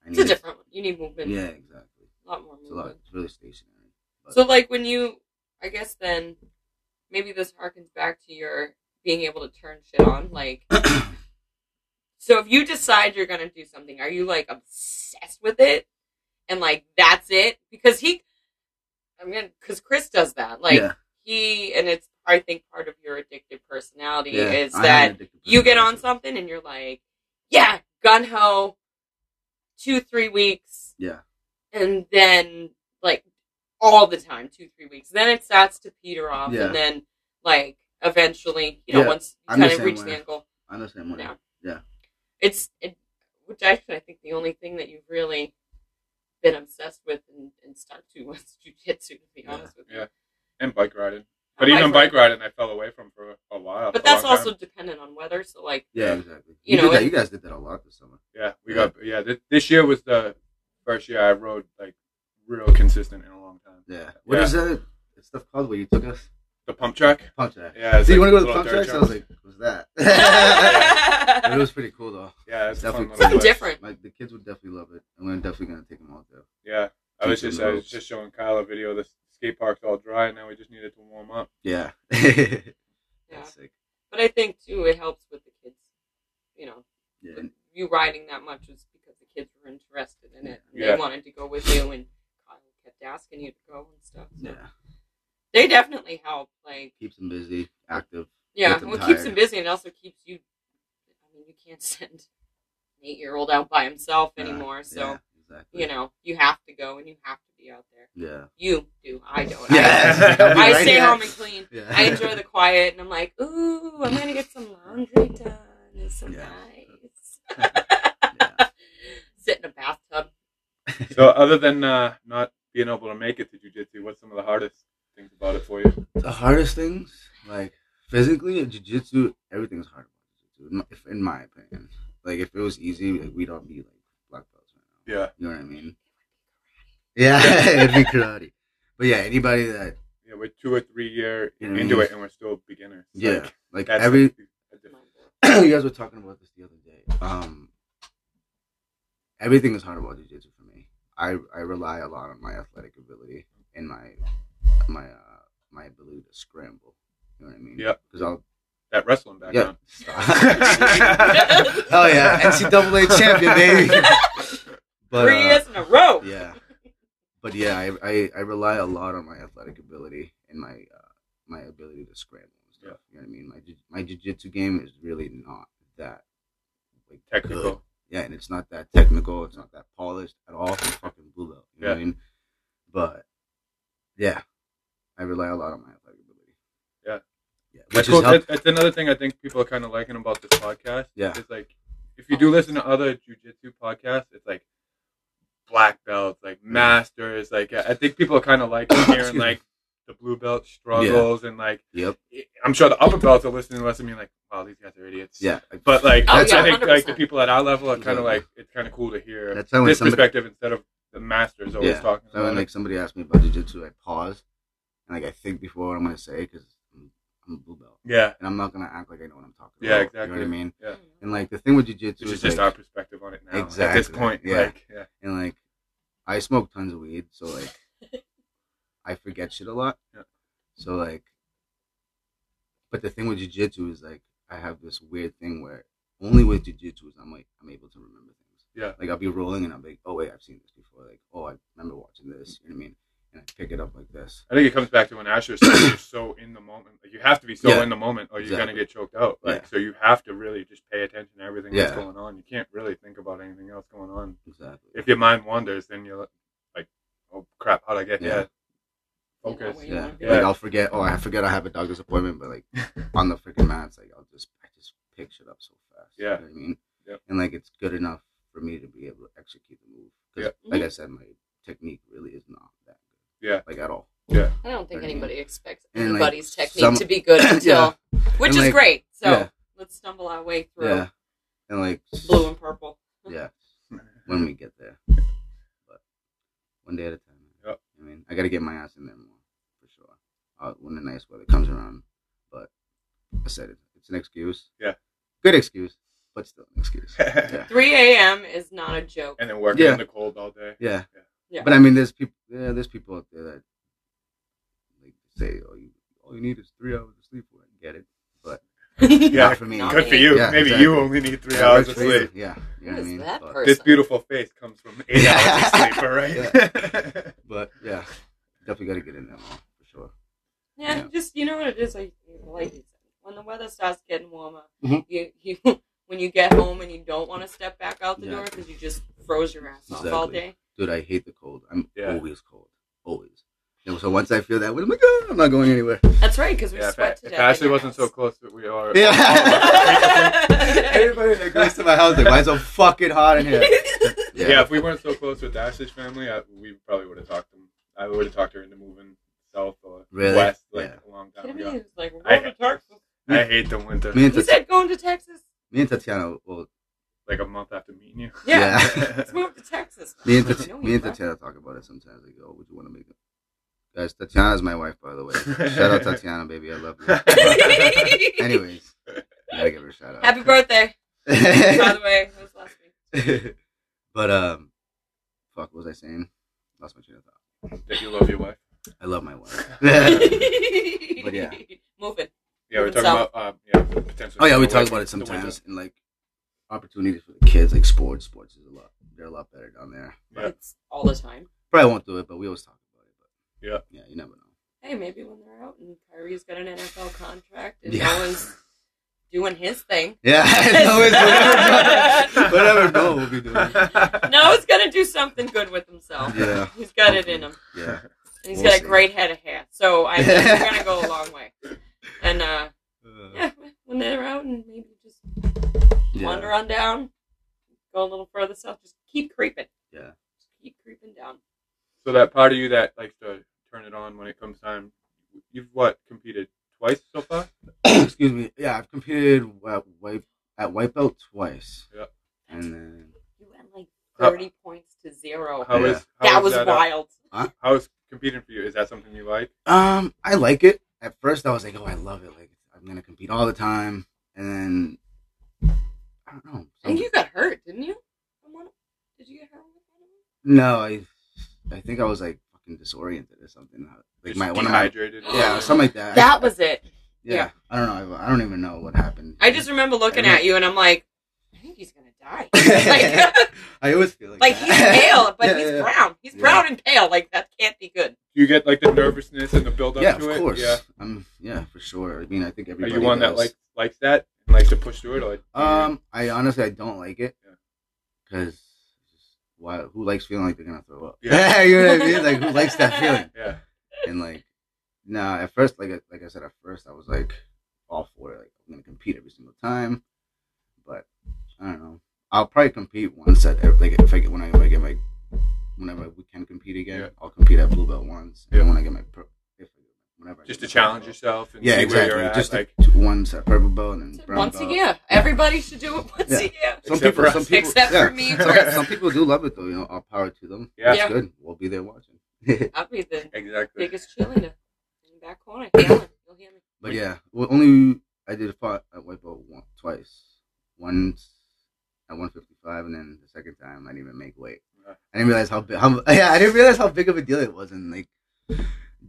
Speaker 3: I
Speaker 2: It's a
Speaker 3: need.
Speaker 2: different one. You need movement.
Speaker 3: yeah, exactly.
Speaker 2: A lot more
Speaker 3: It's a lot.
Speaker 2: movement.
Speaker 3: It's really stationary. But,
Speaker 2: So, like, when you, I guess then, maybe this harkens back to your being able to turn shit on.
Speaker 3: [clears throat]
Speaker 2: Like, so if you decide you're going to do something, are you, like, obsessed with it? And, like, that's it? Because he, I'm going to, because Chris does that. Like,
Speaker 3: yeah,
Speaker 2: he, and it's, I think, part of your addictive personality
Speaker 3: yeah,
Speaker 2: is
Speaker 3: I have
Speaker 2: that
Speaker 3: an addictive
Speaker 2: you get on
Speaker 3: personality.
Speaker 2: something and you're like, yeah, gun ho, two, three weeks,
Speaker 3: Yeah,
Speaker 2: and then like all the time, two, three weeks. Then it starts to peter off,
Speaker 3: Yeah.
Speaker 2: and then like eventually, you know,
Speaker 3: Yeah,
Speaker 2: once you
Speaker 3: I'm the
Speaker 2: kind of
Speaker 3: same
Speaker 2: reach the
Speaker 3: way.
Speaker 2: ankle,
Speaker 3: I know same way.
Speaker 2: Yeah.
Speaker 3: Yeah.
Speaker 2: it's it, which actually I think the only thing that you've really been obsessed with and, and stuck to [laughs] was jujitsu, to be
Speaker 3: Yeah.
Speaker 2: honest with you.
Speaker 1: Yeah. and bike riding. But
Speaker 2: I
Speaker 1: even
Speaker 2: like
Speaker 1: bike
Speaker 2: that.
Speaker 1: riding, I fell away from for a while.
Speaker 2: But
Speaker 1: a long
Speaker 2: that's
Speaker 1: time.
Speaker 2: also dependent on weather. So like,
Speaker 3: [laughs]
Speaker 2: [laughs]
Speaker 3: Yeah, exactly.
Speaker 2: You
Speaker 3: You,
Speaker 2: know,
Speaker 3: did that.
Speaker 2: it-
Speaker 3: you guys did that a lot this summer.
Speaker 1: yeah, we got yeah. This, this year was the first year I rode like real consistent in a long time.
Speaker 3: Yeah. What
Speaker 1: Yeah.
Speaker 3: is that? It's stuff called where you took us
Speaker 1: The pump track.
Speaker 3: pump track.
Speaker 1: Yeah. it's
Speaker 3: So you
Speaker 1: like
Speaker 3: want to
Speaker 1: little
Speaker 3: go to the pump
Speaker 1: dirt
Speaker 3: track? So I was
Speaker 1: jumps.
Speaker 3: like, was that? [laughs] But it was pretty cool though.
Speaker 1: yeah, it's a fun
Speaker 3: Definitely.
Speaker 1: little
Speaker 2: something
Speaker 1: place.
Speaker 2: different.
Speaker 3: Like the kids would definitely love it, and we're definitely gonna take them out there.
Speaker 1: Yeah, I was
Speaker 3: Teach 'em
Speaker 1: just
Speaker 3: the
Speaker 1: I was
Speaker 3: ropes.
Speaker 1: just showing Kyle a video. of The skate park's all dry, and now we just needed to warm up.
Speaker 3: Yeah. [laughs] That's
Speaker 2: Yeah.
Speaker 3: sick.
Speaker 2: But I think too, it helps with the kids. You know,
Speaker 3: Yeah.
Speaker 2: with you riding that much is because the kids were interested in it. And
Speaker 1: Yeah.
Speaker 2: They wanted to go with you, and Kyle kept asking you to go and stuff. So
Speaker 3: Yeah.
Speaker 2: They definitely help. Like,
Speaker 3: Keeps them busy, active.
Speaker 2: yeah,
Speaker 3: Keep them
Speaker 2: well, it keeps
Speaker 3: tired.
Speaker 2: them busy, and also keeps you. I mean, you can't [laughs] send an eight-year-old out by himself
Speaker 3: Yeah,
Speaker 2: anymore. So
Speaker 3: yeah, exactly.
Speaker 2: you know, you have to go and you have to be out there.
Speaker 3: [laughs] Yeah.
Speaker 2: You do. I don't.
Speaker 1: Yeah.
Speaker 2: I,
Speaker 3: [laughs]
Speaker 1: I'll be
Speaker 2: I
Speaker 1: right
Speaker 2: stay
Speaker 1: here.
Speaker 2: home and clean.
Speaker 3: Yeah.
Speaker 2: I
Speaker 3: [laughs]
Speaker 2: enjoy the quiet, and I'm like, ooh, I'm gonna get some laundry done. It's so
Speaker 3: Yeah.
Speaker 2: nice.
Speaker 3: Yeah.
Speaker 2: Sit in a bathtub.
Speaker 1: So other than uh, not being able to make it to jujitsu, what's some of the hardest things about it for you?
Speaker 3: The hardest things, like physically, in jujitsu, everything's hard about jujitsu. in my- If, in my opinion, like if it was easy, like, we'd all be like black belts right now.
Speaker 1: Yeah,
Speaker 3: You know what I mean? Yeah, [laughs] it'd be karate. But yeah, anybody that
Speaker 1: yeah, we're two or three year
Speaker 3: You know what I
Speaker 1: into
Speaker 3: mean?
Speaker 1: it, and we're still beginners.
Speaker 3: yeah,
Speaker 1: Like,
Speaker 3: like
Speaker 1: that's
Speaker 3: every
Speaker 1: a different-
Speaker 3: [clears throat] you guys were talking about this the other day. Um, everything is hard about jiu-jitsu for me. I I rely a lot on my athletic ability and my my uh, my ability to scramble. You know what I mean?
Speaker 1: Yep.
Speaker 3: Because I'll
Speaker 1: that wrestling
Speaker 3: yeah.
Speaker 1: background.
Speaker 3: [laughs]
Speaker 1: [laughs]
Speaker 3: oh yeah, NCAA champion, baby. But,
Speaker 2: Three
Speaker 3: uh,
Speaker 2: years in a row.
Speaker 1: [laughs]
Speaker 3: yeah but yeah I, I i rely a lot on my athletic ability and my uh, my ability to scramble and stuff you know what i mean my jiu- my jiu-jitsu game is really not that like good.
Speaker 1: Technical.
Speaker 3: yeah and it's not that technical it's not that polished at all it's fucking blue belt you know what i mean but yeah i rely a lot on my athletic ability
Speaker 1: Yeah.
Speaker 3: yeah which
Speaker 1: That's,
Speaker 3: is
Speaker 1: cool.
Speaker 3: help-
Speaker 1: That's- that's another thing I think people are kind of liking about this podcast.
Speaker 3: Yeah.
Speaker 1: It's like, if you do listen to other jujitsu podcasts, it's like black belts, like masters. Like, I think people are kind of
Speaker 3: [coughs]
Speaker 1: liking
Speaker 3: Mm. Excuse
Speaker 1: hearing
Speaker 3: me.
Speaker 1: like the blue belt struggles and like,
Speaker 3: yep
Speaker 1: I'm sure the upper belts are listening to us and being like, wow, these guys are idiots.
Speaker 3: yeah
Speaker 1: But like,
Speaker 2: Oh,
Speaker 3: That's-
Speaker 1: I
Speaker 2: yeah,
Speaker 1: think like the
Speaker 2: 100%.
Speaker 1: people at our level are kind
Speaker 3: Yeah.
Speaker 1: of like, it's kind of cool to hear
Speaker 3: that's how when
Speaker 1: this
Speaker 3: somebody
Speaker 1: perspective instead of the masters always
Speaker 3: Yeah.
Speaker 1: talking
Speaker 3: So when
Speaker 1: about
Speaker 3: like somebody asked me about jujitsu, I pause and like I think before what I'm gonna say because I'm, I'm a blue belt
Speaker 1: it. Yeah,
Speaker 3: and I'm not gonna act like I know what I'm talking
Speaker 1: Yeah,
Speaker 3: about. You
Speaker 1: exactly.
Speaker 3: know what I mean?
Speaker 1: yeah.
Speaker 2: Mm.
Speaker 3: And like the thing with jujitsu
Speaker 1: Which
Speaker 3: is
Speaker 1: is just
Speaker 3: like,
Speaker 1: our perspective on it now. At this
Speaker 3: Exactly.
Speaker 1: point,
Speaker 3: Yeah.
Speaker 1: like, yeah.
Speaker 3: and like I smoke tons of weed, so like
Speaker 1: [laughs]
Speaker 3: I forget shit a lot.
Speaker 1: Yeah.
Speaker 3: So like, but the thing with jujitsu is like I have this weird thing where only with jujitsu is I'm like I'm able to remember things.
Speaker 1: Yeah.
Speaker 3: Like I'll be rolling and I'm like, oh wait, I've seen this before. Like oh I remember watching this. You know what I mean? And I pick it up like this.
Speaker 1: I think it comes back to when Asher said
Speaker 3: [clears throat]
Speaker 1: you're so in the moment. Like you have to be so
Speaker 3: Yeah.
Speaker 1: in the moment, or you're
Speaker 3: Exactly.
Speaker 1: gonna get choked out. Like
Speaker 3: Yeah.
Speaker 1: so, you have to really just pay attention to everything that's
Speaker 3: Yeah.
Speaker 1: going on. You can't really think about anything else going on.
Speaker 3: Exactly.
Speaker 1: If your mind wanders, then you're like, "Oh crap, how'd I get
Speaker 3: Yeah.
Speaker 1: here?"
Speaker 2: You know,
Speaker 1: Focus.
Speaker 2: when you
Speaker 3: yeah.
Speaker 2: wanna be
Speaker 3: Like
Speaker 1: Yeah.
Speaker 3: I'll forget. Oh, I forget I have a doctor's
Speaker 1: [laughs]
Speaker 3: appointment, but like on the freaking mat, it's like I'll just I just pick shit up so fast.
Speaker 1: Yeah.
Speaker 3: You know what I mean,
Speaker 1: Yep.
Speaker 3: and like it's good enough for me to be able to execute the move. 'Cause,
Speaker 1: Yeah.
Speaker 3: Like I said, my technique really is not that good.
Speaker 1: Yeah.
Speaker 3: Like at all.
Speaker 2: I don't think
Speaker 3: Right.
Speaker 2: anybody expects
Speaker 3: And, like,
Speaker 2: anybody's technique
Speaker 3: some-
Speaker 2: to be
Speaker 3: [clears throat]
Speaker 2: good
Speaker 3: [coughs]
Speaker 2: until, which
Speaker 3: And,
Speaker 2: is
Speaker 3: like,
Speaker 2: great. So
Speaker 3: yeah.
Speaker 2: let's stumble our way through
Speaker 3: Yeah. And like
Speaker 2: blue and purple.
Speaker 1: [laughs]
Speaker 3: Yeah. [laughs] When we get there, but one day at a time. man.
Speaker 1: Yep.
Speaker 3: I mean, I got to get my ass in there more for sure. Uh, when the nice weather comes around, but I said it. It's an excuse.
Speaker 1: Yeah.
Speaker 3: Good excuse, but still an
Speaker 1: [laughs]
Speaker 3: excuse. Yeah.
Speaker 2: 3 a.m. is not a joke.
Speaker 1: and then working
Speaker 3: Yeah.
Speaker 1: in the cold all day.
Speaker 3: Yeah.
Speaker 2: Yeah.
Speaker 3: But I mean, there's people. Yeah, there's people out there that like say, "Oh, you all you need is three hours of sleep." Well, I get it.
Speaker 1: Yeah.
Speaker 3: Not for me.
Speaker 2: Not
Speaker 1: Good for
Speaker 2: me.
Speaker 1: you.
Speaker 3: Yeah,
Speaker 1: Maybe
Speaker 3: exactly.
Speaker 1: you only need three
Speaker 3: Yeah,
Speaker 1: hours of
Speaker 3: that's crazy.
Speaker 1: sleep.
Speaker 3: Yeah. You
Speaker 2: Who
Speaker 3: know what I
Speaker 2: is
Speaker 3: mean?
Speaker 2: that
Speaker 3: but,
Speaker 2: person?
Speaker 1: This beautiful face comes from eight
Speaker 3: Yeah.
Speaker 1: hours of sleep, all
Speaker 3: [laughs]
Speaker 1: right? [laughs]
Speaker 3: but yeah, definitely got to get in there more for sure.
Speaker 2: [laughs] Yeah,
Speaker 3: Yeah.
Speaker 2: just you know what it is like, like you said, when the weather starts getting warmer,
Speaker 3: Mhm.
Speaker 2: you you [laughs] when you get home and you don't want to step back out the
Speaker 3: Yeah.
Speaker 2: door because you just froze your ass off all
Speaker 3: Exactly.
Speaker 2: day.
Speaker 3: Dude, I hate the cold. I'm
Speaker 1: Yeah.
Speaker 3: always cold. Always. And so once I feel that, I'm like, "Ah, I'm not going [laughs] anywhere.
Speaker 2: That's right, because we
Speaker 1: yeah, if,
Speaker 2: sweat to
Speaker 1: if
Speaker 2: death.
Speaker 1: Ashley
Speaker 2: in your
Speaker 1: wasn't so
Speaker 2: house.
Speaker 1: close that we are.
Speaker 3: Yeah.
Speaker 2: [laughs]
Speaker 1: [laughs]
Speaker 3: [laughs]
Speaker 2: yeah,
Speaker 3: Everybody that goes to my house, like, why is it so fucking hot in here? [laughs]
Speaker 1: Yeah. if we weren't so close with Ashley's family, I, we probably would have talked them. I would have talked her into moving south or
Speaker 3: Really?
Speaker 1: west like a
Speaker 3: Yeah.
Speaker 1: long time
Speaker 2: Kidding me?
Speaker 1: ago.
Speaker 2: It's like we're
Speaker 1: I-
Speaker 2: going to Texas.
Speaker 1: I hate the winter.
Speaker 3: Me and,
Speaker 2: You
Speaker 3: Tat-
Speaker 2: said going to Texas?
Speaker 3: me and Tatiana, well,
Speaker 1: Like a month after meeting you.
Speaker 2: Yeah.
Speaker 3: Yeah.
Speaker 2: Let's move to Texas.
Speaker 3: me and,
Speaker 2: [laughs] I
Speaker 3: Tat-
Speaker 2: know
Speaker 3: me
Speaker 2: you,
Speaker 3: and [laughs]
Speaker 2: bro.
Speaker 3: Tatiana talk about it sometimes. Like, oh, would you want to make it? Guys, Tatiana's my wife, by the way. Shout out Tatiana, baby. I love you.
Speaker 2: [laughs]
Speaker 3: Anyways, gotta give her a shout out.
Speaker 2: Happy birthday, by the way. It was last week.
Speaker 3: [laughs] but um, fuck, what was I saying? Lost my train of thought.
Speaker 1: That you love your wife.
Speaker 3: I love my wife.
Speaker 2: [laughs]
Speaker 3: [laughs]
Speaker 2: but
Speaker 3: yeah.
Speaker 2: Moving.
Speaker 1: Yeah, we're
Speaker 2: Moving
Speaker 1: talking
Speaker 2: south.
Speaker 1: about uh, yeah potential.
Speaker 3: oh yeah, we talk about
Speaker 1: [laughs]
Speaker 3: it sometimes and like opportunities for the kids, like sports. Sports is a lot. They're a lot better down there.
Speaker 1: Yeah.
Speaker 2: It's all the time.
Speaker 3: Probably won't do it, but we always talk about it. But
Speaker 1: Yeah.
Speaker 3: yeah, you never know.
Speaker 2: Hey, maybe when they're out and Kyrie's got an NFL contract and
Speaker 3: Yeah.
Speaker 2: no one's doing his thing.
Speaker 3: Yeah, [laughs] it's always
Speaker 1: [laughs]
Speaker 3: whatever. whatever goal we'll be doing.
Speaker 2: No, he's gonna do something good with himself.
Speaker 3: Yeah,
Speaker 2: He's got it in him.
Speaker 3: yeah.
Speaker 2: And he's
Speaker 3: We'll
Speaker 2: got
Speaker 3: see.
Speaker 2: a great head of hair. So I think we're gonna go
Speaker 3: [laughs]
Speaker 2: a long way. And uh yeah, when they're out and maybe just wander on down, go a little further south, just keep creeping.
Speaker 3: Yeah.
Speaker 2: Just keep creeping down.
Speaker 1: So that part of you that likes to turn it on when it comes time, you've what competed twice so far?
Speaker 3: [clears throat] Excuse me. Yeah, I've competed at wipe at wipeout twice,
Speaker 1: Yeah.
Speaker 3: and then
Speaker 2: You went like
Speaker 1: How-
Speaker 2: thirty points to zero.
Speaker 1: How is how
Speaker 2: that
Speaker 1: is
Speaker 2: was
Speaker 1: uh,
Speaker 2: wild.
Speaker 1: how is competing for you? Is that something you like?
Speaker 3: Um, I like it. At first, I was like, "Oh, I love it! Like, I'm gonna compete all the time." And then, I don't know.
Speaker 2: I think you got hurt, didn't you? Someone- Did you get hurt?
Speaker 3: no, I, I think I was like fucking disoriented or something. Like
Speaker 1: Just
Speaker 3: my one of my,
Speaker 1: dehydrated.
Speaker 3: yeah, something like that.
Speaker 2: That was it.
Speaker 3: yeah.
Speaker 2: yeah.
Speaker 3: I don't know. I, I don't even know what happened.
Speaker 1: [laughs]
Speaker 2: I just remember looking
Speaker 3: Yeah.
Speaker 2: at you and I'm like, I think he's gonna die. like,
Speaker 3: [laughs]
Speaker 2: [laughs]
Speaker 3: I always feel like
Speaker 2: like
Speaker 3: that.
Speaker 2: he's
Speaker 3: [laughs]
Speaker 2: pale, but
Speaker 3: Yeah,
Speaker 2: he's
Speaker 3: yeah,
Speaker 2: brown. He's
Speaker 3: Yeah.
Speaker 2: brown and pale. Like that can't be good.
Speaker 1: Do you get like the nervousness and the build up
Speaker 3: Yeah,
Speaker 1: to
Speaker 3: of
Speaker 1: it?
Speaker 3: course.
Speaker 1: Yeah.
Speaker 3: I'm yeah for sure. I mean, I think
Speaker 1: Are
Speaker 3: everybody.
Speaker 1: you one that
Speaker 3: does.
Speaker 1: like likes that and likes to push through it? Or like,
Speaker 3: Um, I honestly I don't like it
Speaker 1: Yeah.
Speaker 3: because why? Who likes feeling like they're gonna throw up?
Speaker 1: Yeah.
Speaker 3: Yeah, [laughs] you know what I mean. Like who likes that feeling?
Speaker 1: yeah,
Speaker 3: And like, nah. At first, like I- like I said, at first I was like all for it. Like I'm gonna compete every single time, but I don't know. I'll probably compete once at ev- like if I get when I, when I get my whenever we can compete again.
Speaker 1: Yeah.
Speaker 3: I'll compete at blue belt once, and
Speaker 1: Yeah.
Speaker 3: then when I get my pro, if whenever I
Speaker 1: just to
Speaker 3: get my
Speaker 1: challenge
Speaker 3: purple belt.
Speaker 1: yourself and
Speaker 3: Yeah,
Speaker 1: see
Speaker 3: exactly.
Speaker 1: where you're at.
Speaker 3: just
Speaker 1: like,
Speaker 3: to, once at purple belt and then brown
Speaker 2: once
Speaker 3: belt.
Speaker 2: a year. Everybody should do it once
Speaker 3: Yeah.
Speaker 2: a year.
Speaker 3: Some
Speaker 1: Except
Speaker 3: people,
Speaker 1: for
Speaker 3: some
Speaker 1: us.
Speaker 3: people,
Speaker 2: Except
Speaker 3: yeah.
Speaker 2: for
Speaker 3: [laughs]
Speaker 2: me.
Speaker 1: So-
Speaker 2: Chris.
Speaker 3: Some people do love it though, you know. All power to them.
Speaker 1: Yeah.
Speaker 3: It's
Speaker 2: Yeah.
Speaker 3: good. We'll be there watching. but
Speaker 2: I'll be the
Speaker 1: exactly.
Speaker 2: biggest cheerleader in the back corner. yelling. You'll hear me.
Speaker 3: yeah, well, only I did a fight at Wipeout one, twice. Once at 155, and then the second time I didn't even make weight.
Speaker 1: Yeah.
Speaker 3: I didn't realize how big. How, [laughs] yeah, I didn't realize how big of a deal it was. And like,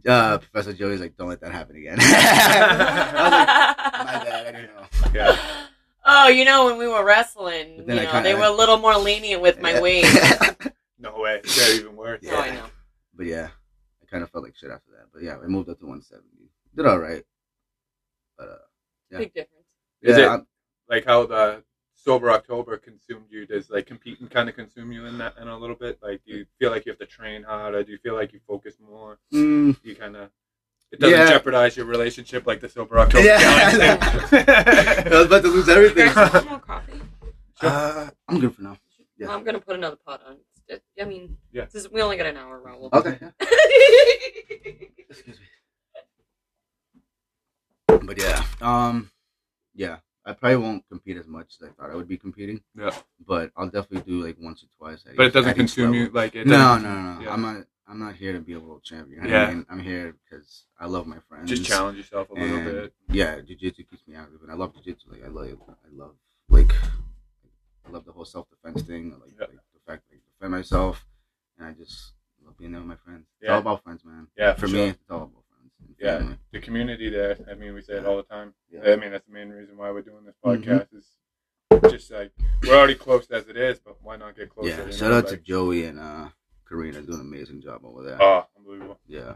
Speaker 3: uh, Professor Joey's like, "Don't let that happen again." [laughs] I was like, "My bad, I didn't know."
Speaker 1: Yeah,
Speaker 2: [laughs] Oh, you know when we were wrestling, you
Speaker 3: But then I
Speaker 2: know
Speaker 3: kinda-
Speaker 2: they were a little more
Speaker 3: [laughs]
Speaker 2: lenient with my weight.
Speaker 1: no way. They're even worse.
Speaker 2: No, I know.
Speaker 3: But yeah, I kind of felt like shit after that. But yeah, I moved up to 170. Did all right. But uh, Yeah.
Speaker 2: Big difference.
Speaker 1: Is
Speaker 3: yeah,
Speaker 1: it-
Speaker 3: I'm-
Speaker 1: like how the sober October consumed you? Does like competing kind of consume you in that in a little bit? Like, do you feel like you have to train harder? Do you feel like you focus more?
Speaker 3: mm, [laughs]
Speaker 1: Do you kind of it doesn't
Speaker 3: Yeah.
Speaker 1: jeopardize your relationship like the sober October.
Speaker 3: Yeah.
Speaker 1: Yeah.
Speaker 3: [laughs] I was about to
Speaker 1: [laughs]
Speaker 3: lose
Speaker 2: You
Speaker 3: everything.
Speaker 2: guys want more coffee?
Speaker 3: Uh, I'm good for now. Yeah.
Speaker 2: Well, I'm gonna put another pot on. It- I mean,
Speaker 1: Yeah.
Speaker 2: this is- we only got an hour, Raul. [laughs]
Speaker 3: Okay. yeah. Excuse me. But yeah, um, yeah, I probably won't compete as much as I thought I would be competing.
Speaker 1: Yeah.
Speaker 3: But I'll definitely do like once or twice. At
Speaker 1: but
Speaker 3: each-
Speaker 1: it doesn't
Speaker 3: at each
Speaker 1: consume
Speaker 3: level.
Speaker 1: you. Like, it
Speaker 3: no,
Speaker 1: doesn't,
Speaker 3: no, no. no.
Speaker 1: yeah.
Speaker 3: I'm not. I'm not here to be a world champion.
Speaker 1: Yeah.
Speaker 3: I mean, I'm here because I love my friends.
Speaker 1: Just challenge yourself a little
Speaker 3: and-
Speaker 1: bit.
Speaker 3: Yeah, jujitsu keeps me active, and I love jujitsu. Like I love, I love like, I love the whole self defense thing. I Like,
Speaker 1: Yeah.
Speaker 3: like the fact that I defend myself, and I just love being there with my friends. It's
Speaker 1: Yeah.
Speaker 3: all about friends, man.
Speaker 1: Yeah,
Speaker 3: For
Speaker 1: sure.
Speaker 3: me, it's all about friends. and
Speaker 1: Yeah.
Speaker 3: family.
Speaker 1: the community there. I mean, we say it all the time.
Speaker 3: Yeah. Mm-hmm.
Speaker 1: I mean, that's the main reason why we're doing this podcast is just like we're already close as it is, but why not get closer?
Speaker 3: yeah.
Speaker 1: you
Speaker 3: Shout
Speaker 1: know,
Speaker 3: out to
Speaker 1: like,
Speaker 3: Joey and uh, Karina doing an amazing job over there.
Speaker 1: Oh, unbelievable.
Speaker 3: yeah.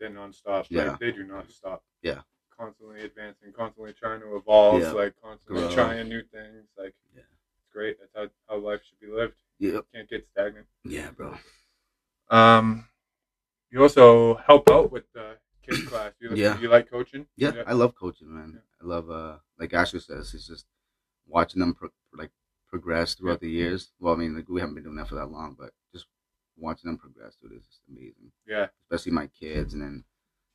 Speaker 1: they're nonstop.
Speaker 3: Yeah.
Speaker 1: Like, they do not stop.
Speaker 3: Yeah.
Speaker 1: Constantly advancing, constantly trying to evolve,
Speaker 3: Yeah.
Speaker 1: like constantly
Speaker 3: Grow.
Speaker 1: trying new things. Like,
Speaker 3: Yeah.
Speaker 1: it's great. That's how, how life should be lived.
Speaker 3: Yep.
Speaker 1: Can't get stagnant.
Speaker 3: Yeah, bro.
Speaker 1: Um, you also help out with the kids class. You,
Speaker 3: Yeah.
Speaker 1: you like coaching?
Speaker 3: Yeah, I love coaching,
Speaker 1: Yeah.
Speaker 3: man. I love, uh, like Ashley says, it's just watching them pro- like progress throughout the years. Well, I mean, like we haven't been doing that for that long, but just watching them progress through this is just amazing.
Speaker 1: Yeah.
Speaker 3: Especially my kids, and then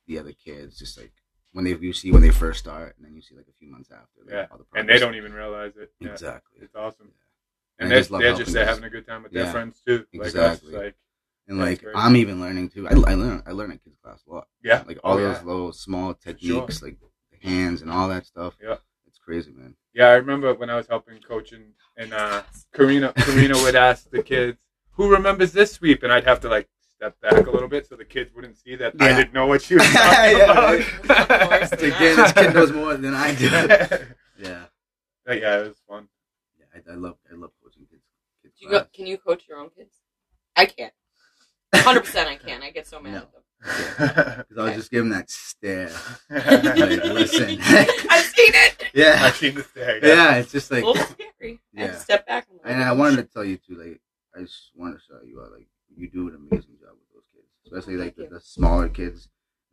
Speaker 3: the other kids, just like when they you see when they first start, and then you see like a few months after. like,
Speaker 1: Yeah,
Speaker 3: all the
Speaker 1: And they
Speaker 3: progress.
Speaker 1: don't even realize it. Yeah.
Speaker 3: exactly.
Speaker 1: It's awesome. And,
Speaker 3: And I
Speaker 1: they're,
Speaker 3: just love
Speaker 1: they're
Speaker 3: helping
Speaker 1: just there
Speaker 3: us.
Speaker 1: having a good time with their
Speaker 3: Yeah.
Speaker 1: friends too. Like
Speaker 3: Exactly.
Speaker 1: us. Like,
Speaker 3: And
Speaker 1: That's
Speaker 3: like
Speaker 1: great.
Speaker 3: I'm even learning too. I, I learn I learn at kids class a lot.
Speaker 1: yeah.
Speaker 3: Like
Speaker 1: Oh,
Speaker 3: all
Speaker 1: yeah.
Speaker 3: those little small techniques, like the hands and all that stuff.
Speaker 1: Yeah.
Speaker 3: It's crazy, man.
Speaker 1: Yeah, I remember when I was helping coaching and uh Karina Karina would ask the kids, Who remembers this sweep? And I'd have to like step back a little bit so the kids wouldn't see that I
Speaker 3: Yeah.
Speaker 1: didn't know what
Speaker 3: [laughs]
Speaker 1: she was talking
Speaker 3: Yeah,
Speaker 1: about. [laughs]
Speaker 2: right.
Speaker 3: It's like, damn, this kid knows more than I do. yeah.
Speaker 1: But yeah, it was fun.
Speaker 3: Yeah, I, I love I love coaching kids. kids
Speaker 2: Do you go,
Speaker 3: class.
Speaker 2: can you coach your own kids? I can't. 100 percent I can. I get so mad
Speaker 3: No.
Speaker 2: at
Speaker 3: [laughs]
Speaker 2: them.
Speaker 3: 'Cause I was just giving that
Speaker 2: [laughs]
Speaker 3: stare.
Speaker 1: I've [laughs]
Speaker 3: listen.
Speaker 2: I've seen it.
Speaker 3: Yeah,
Speaker 1: seen this day.
Speaker 3: [laughs] yeah. It's just
Speaker 2: A
Speaker 3: like,
Speaker 2: little scary. I had
Speaker 3: Yeah.
Speaker 2: to step back. And,
Speaker 3: and I wanted to tell you too. Like, I just want to shout you out. Like, you do an amazing job with those kids, especially like the,
Speaker 2: Thank you.
Speaker 3: the smaller kids.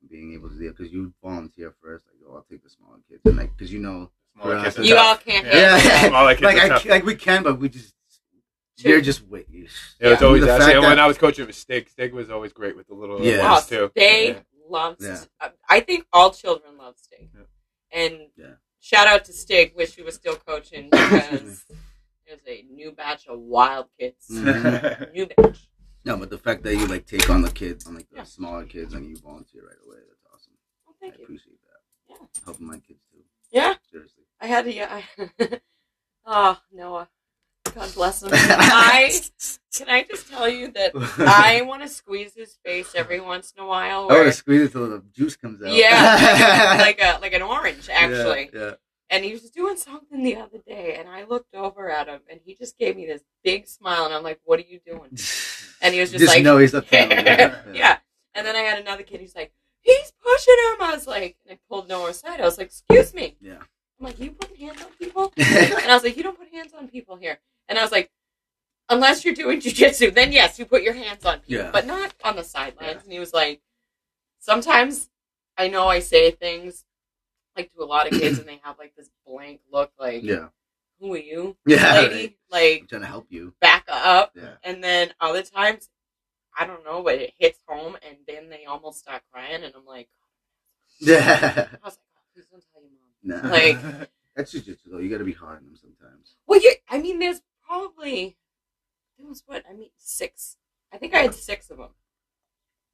Speaker 3: Being able to do because you volunteer first, like oh, I'll take the smaller kids, and like because you know,
Speaker 1: Smaller kids are
Speaker 2: You
Speaker 1: tough.
Speaker 2: all can't
Speaker 1: Yeah.
Speaker 2: handle
Speaker 3: Yeah.
Speaker 2: it.
Speaker 1: Smaller kids
Speaker 3: like
Speaker 1: are
Speaker 3: I
Speaker 1: tough.
Speaker 3: ca- like we can, but we just [laughs] you're just wait. you-
Speaker 1: It was
Speaker 2: Yeah.
Speaker 1: always
Speaker 3: The
Speaker 1: us.
Speaker 3: fact
Speaker 1: And when
Speaker 3: that-
Speaker 1: I was coaching with Stig, Stig was always great with the little
Speaker 3: Yeah.
Speaker 1: ones
Speaker 2: Yes.
Speaker 1: too.
Speaker 2: They
Speaker 1: Yeah.
Speaker 2: love.
Speaker 3: Yeah.
Speaker 2: St- I think all children love Stig,
Speaker 1: Yeah.
Speaker 2: and
Speaker 3: Yeah.
Speaker 2: shout out to Stig. Wish he was still
Speaker 3: [laughs]
Speaker 2: coaching because there's a new batch of wild kids. [laughs]
Speaker 3: Mhm.
Speaker 2: New batch.
Speaker 3: No, but the fact that you like take on the kids, on like the
Speaker 2: Yeah.
Speaker 3: smaller kids, and you volunteer right away, that's awesome.
Speaker 2: Well, thank
Speaker 3: I
Speaker 2: you.
Speaker 3: appreciate that.
Speaker 2: Yeah.
Speaker 3: Helping my kids too.
Speaker 2: Yeah,
Speaker 3: Seriously. [laughs]
Speaker 2: I had to. Yeah, I, [laughs] oh Noah, God
Speaker 3: [laughs]
Speaker 2: bless him. I can I just tell you that [laughs]
Speaker 3: [laughs]
Speaker 2: I want to squeeze his face every once in a while.
Speaker 3: I want
Speaker 2: Where,
Speaker 3: to squeeze it till the juice comes out. [laughs]
Speaker 2: yeah, like a, like a like an orange
Speaker 3: Yeah,
Speaker 2: actually.
Speaker 3: Yeah.
Speaker 2: and he was doing something the other day and i looked over at him and he just gave me this big smile and i'm like what are you doing and he was just,
Speaker 3: Just
Speaker 2: like
Speaker 3: know he's
Speaker 2: [laughs]
Speaker 3: up there.
Speaker 2: yeah. and then i had another kid he's like he's pushing him i was like and i pulled noah aside i was like excuse me
Speaker 3: Yeah.
Speaker 2: i'm like you putting hands on people
Speaker 3: Yeah.
Speaker 2: and i was like you don't put hands on people here and i was like unless you're doing jujitsu then yes you put your hands on people
Speaker 3: Yeah.
Speaker 2: but not on the sidelines
Speaker 3: Yeah.
Speaker 2: and he was like sometimes i know i say things like to a lot of kids and they have like this blank look like
Speaker 3: Yeah. [laughs]
Speaker 2: who are you,
Speaker 3: Yeah. right.
Speaker 2: lady?
Speaker 3: I'm
Speaker 2: Like,
Speaker 3: trying to help you.
Speaker 2: back up.
Speaker 3: Yeah.
Speaker 2: And then other times, I don't know, but it hits home, and then they almost start crying, and I'm like, [laughs]
Speaker 3: Yeah.
Speaker 2: I was like, oh, please don't tell your mom.
Speaker 3: Nah.
Speaker 2: Like-
Speaker 3: That's jujitsu though. You got to be hard on them
Speaker 2: [laughs]
Speaker 3: sometimes.
Speaker 2: Well, you, I mean, there's probably there was what I mean, six. I think I had six of them.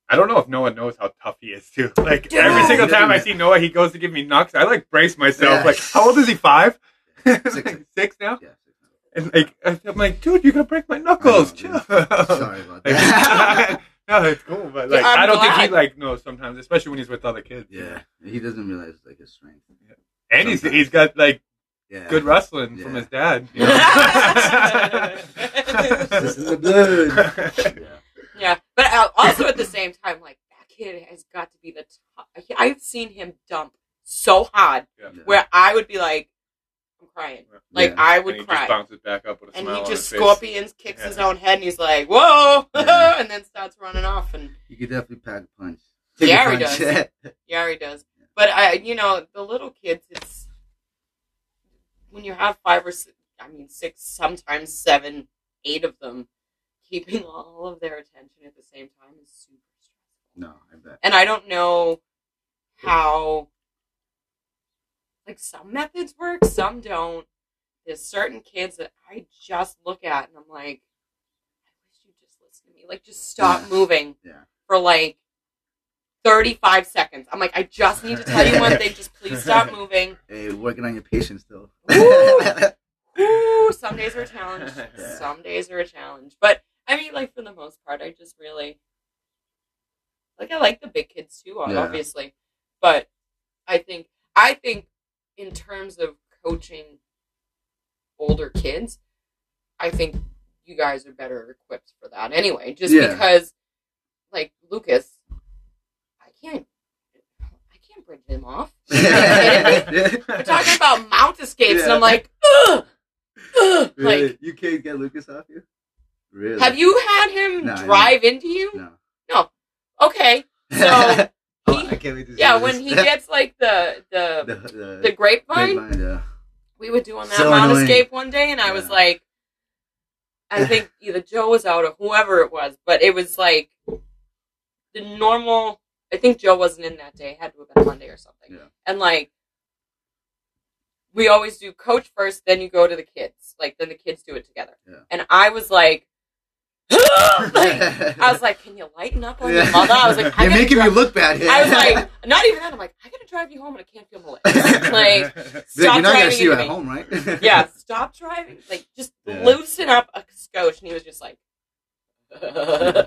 Speaker 1: I don't know if Noah knows how tough he is too. [laughs] Like
Speaker 2: Yeah.
Speaker 1: every single
Speaker 3: He doesn't
Speaker 1: time I
Speaker 3: know.
Speaker 1: see Noah, he goes to give me knocks. I like brace myself.
Speaker 3: Yeah.
Speaker 1: Like, how old is he?
Speaker 3: [laughs]
Speaker 1: Five, [laughs]
Speaker 3: Six.
Speaker 1: Like, six now.
Speaker 3: Yeah.
Speaker 1: And like, oh. I'm like, dude, you're gonna break my knuckles.
Speaker 3: I
Speaker 1: Chill.
Speaker 3: know,
Speaker 1: [laughs]
Speaker 3: Oh, Sorry about that.
Speaker 1: Like, [laughs] no, it's cool, but like,
Speaker 2: Yeah, I'm
Speaker 1: I don't think he
Speaker 2: glad.
Speaker 1: like knows sometimes, especially when he's with other kids.
Speaker 3: yeah. He doesn't realize like his strength.
Speaker 1: and he's
Speaker 3: Sometimes.
Speaker 1: he's got like
Speaker 3: Yeah.
Speaker 1: good wrestling from
Speaker 3: Yeah.
Speaker 1: his dad.
Speaker 3: [laughs]
Speaker 1: you
Speaker 3: This is the
Speaker 1: know?
Speaker 3: blood. yeah.
Speaker 1: [laughs]
Speaker 2: Yeah, but I- also at the same time, like back got to be the top. I've seen him dump so hard where I would be like, I'm crying. Like
Speaker 3: Yeah.
Speaker 2: I
Speaker 1: And
Speaker 2: would
Speaker 1: he
Speaker 2: cry.
Speaker 1: just bounces back up with a
Speaker 2: and
Speaker 1: smile
Speaker 2: he
Speaker 1: on his
Speaker 2: just
Speaker 1: face.
Speaker 2: scorpions kicks his
Speaker 1: Yeah. Mm-hmm.
Speaker 2: own head and he's like, whoa, [laughs]
Speaker 3: Yeah.
Speaker 2: and then starts running off. And
Speaker 3: You could definitely pack a punch.
Speaker 2: Yeah,
Speaker 3: Take a
Speaker 2: Gary
Speaker 3: punch.
Speaker 2: does. yeah, he does. But I, you know, the little kids, it's when you have five or six, I mean, six, sometimes seven, eight of them, keeping [laughs] all of their attention at the same time is super stressful.
Speaker 3: [laughs] no, I bet.
Speaker 2: and I don't know how like some methods work, some don't. There's certain kids that I just look at and I'm like, I wish you just listen to me. Like, just stop
Speaker 3: Yeah.
Speaker 2: moving
Speaker 3: Yeah.
Speaker 2: for like 35 seconds. I'm like, I just need to tell you
Speaker 3: [laughs]
Speaker 2: one thing. Just please stop moving.
Speaker 3: Hey, working on your patience
Speaker 2: [laughs]
Speaker 3: though. [laughs]
Speaker 2: Woo! Ooh, some days are a challenge. Some days are a challenge. But I mean, like for the most part, I just really like I like the big kids too,
Speaker 3: Yeah.
Speaker 2: obviously. But I think I think in terms of coaching older kids, I think you guys are better equipped for that anyway. Just
Speaker 3: Yeah.
Speaker 2: because like Lucas, I can't I can't bridge him
Speaker 3: [laughs]
Speaker 2: off. We're talking about mount escapes and I'm
Speaker 3: Yeah.
Speaker 2: like, ugh, ugh, like
Speaker 3: really? you can't get Lucas off you? Really? [laughs]
Speaker 2: Have you had him
Speaker 3: No, I
Speaker 2: drive into you?
Speaker 3: No.
Speaker 2: Okay. So,
Speaker 3: Oh,
Speaker 2: he-
Speaker 3: I can't wait to see
Speaker 2: Yeah,
Speaker 3: this.
Speaker 2: when
Speaker 3: [laughs]
Speaker 2: he gets like the
Speaker 3: the,
Speaker 2: the
Speaker 3: the,
Speaker 2: the grapevine,
Speaker 3: grapevine, yeah.
Speaker 2: we were doing that
Speaker 3: So
Speaker 2: mount
Speaker 3: annoying.
Speaker 2: escape one day, and I was
Speaker 3: Yeah.
Speaker 2: like,
Speaker 3: [laughs]
Speaker 2: I think either Joe was out or whoever it was, but it was like the normal. I think Joe wasn't in that day; it had to have been Monday or something.
Speaker 3: Yeah.
Speaker 2: And like, we always do coach first, then you go to the kids. Like then the kids do it together.
Speaker 3: Yeah.
Speaker 2: And I was like, [gasps] like I
Speaker 3: [laughs]
Speaker 2: was like, "Can you lighten up on your mother?" I was like, I
Speaker 3: "You're
Speaker 2: gotta
Speaker 3: making me
Speaker 2: drive-
Speaker 3: look bad." Here.
Speaker 2: I was
Speaker 3: [laughs]
Speaker 2: like, [laughs] "Not even that." I'm like, "I gotta drive you home, and I can't feel my legs." like,
Speaker 3: Dude,
Speaker 2: stop
Speaker 3: you're not gonna
Speaker 2: driving
Speaker 3: see you
Speaker 2: into
Speaker 3: at
Speaker 2: me.
Speaker 3: home,
Speaker 2: [laughs]
Speaker 3: right?
Speaker 2: yeah, stop driving. Like, just
Speaker 3: Yeah.
Speaker 2: loosen up a scotch, and he was just
Speaker 3: [laughs]
Speaker 2: like, [laughs]
Speaker 3: [laughs]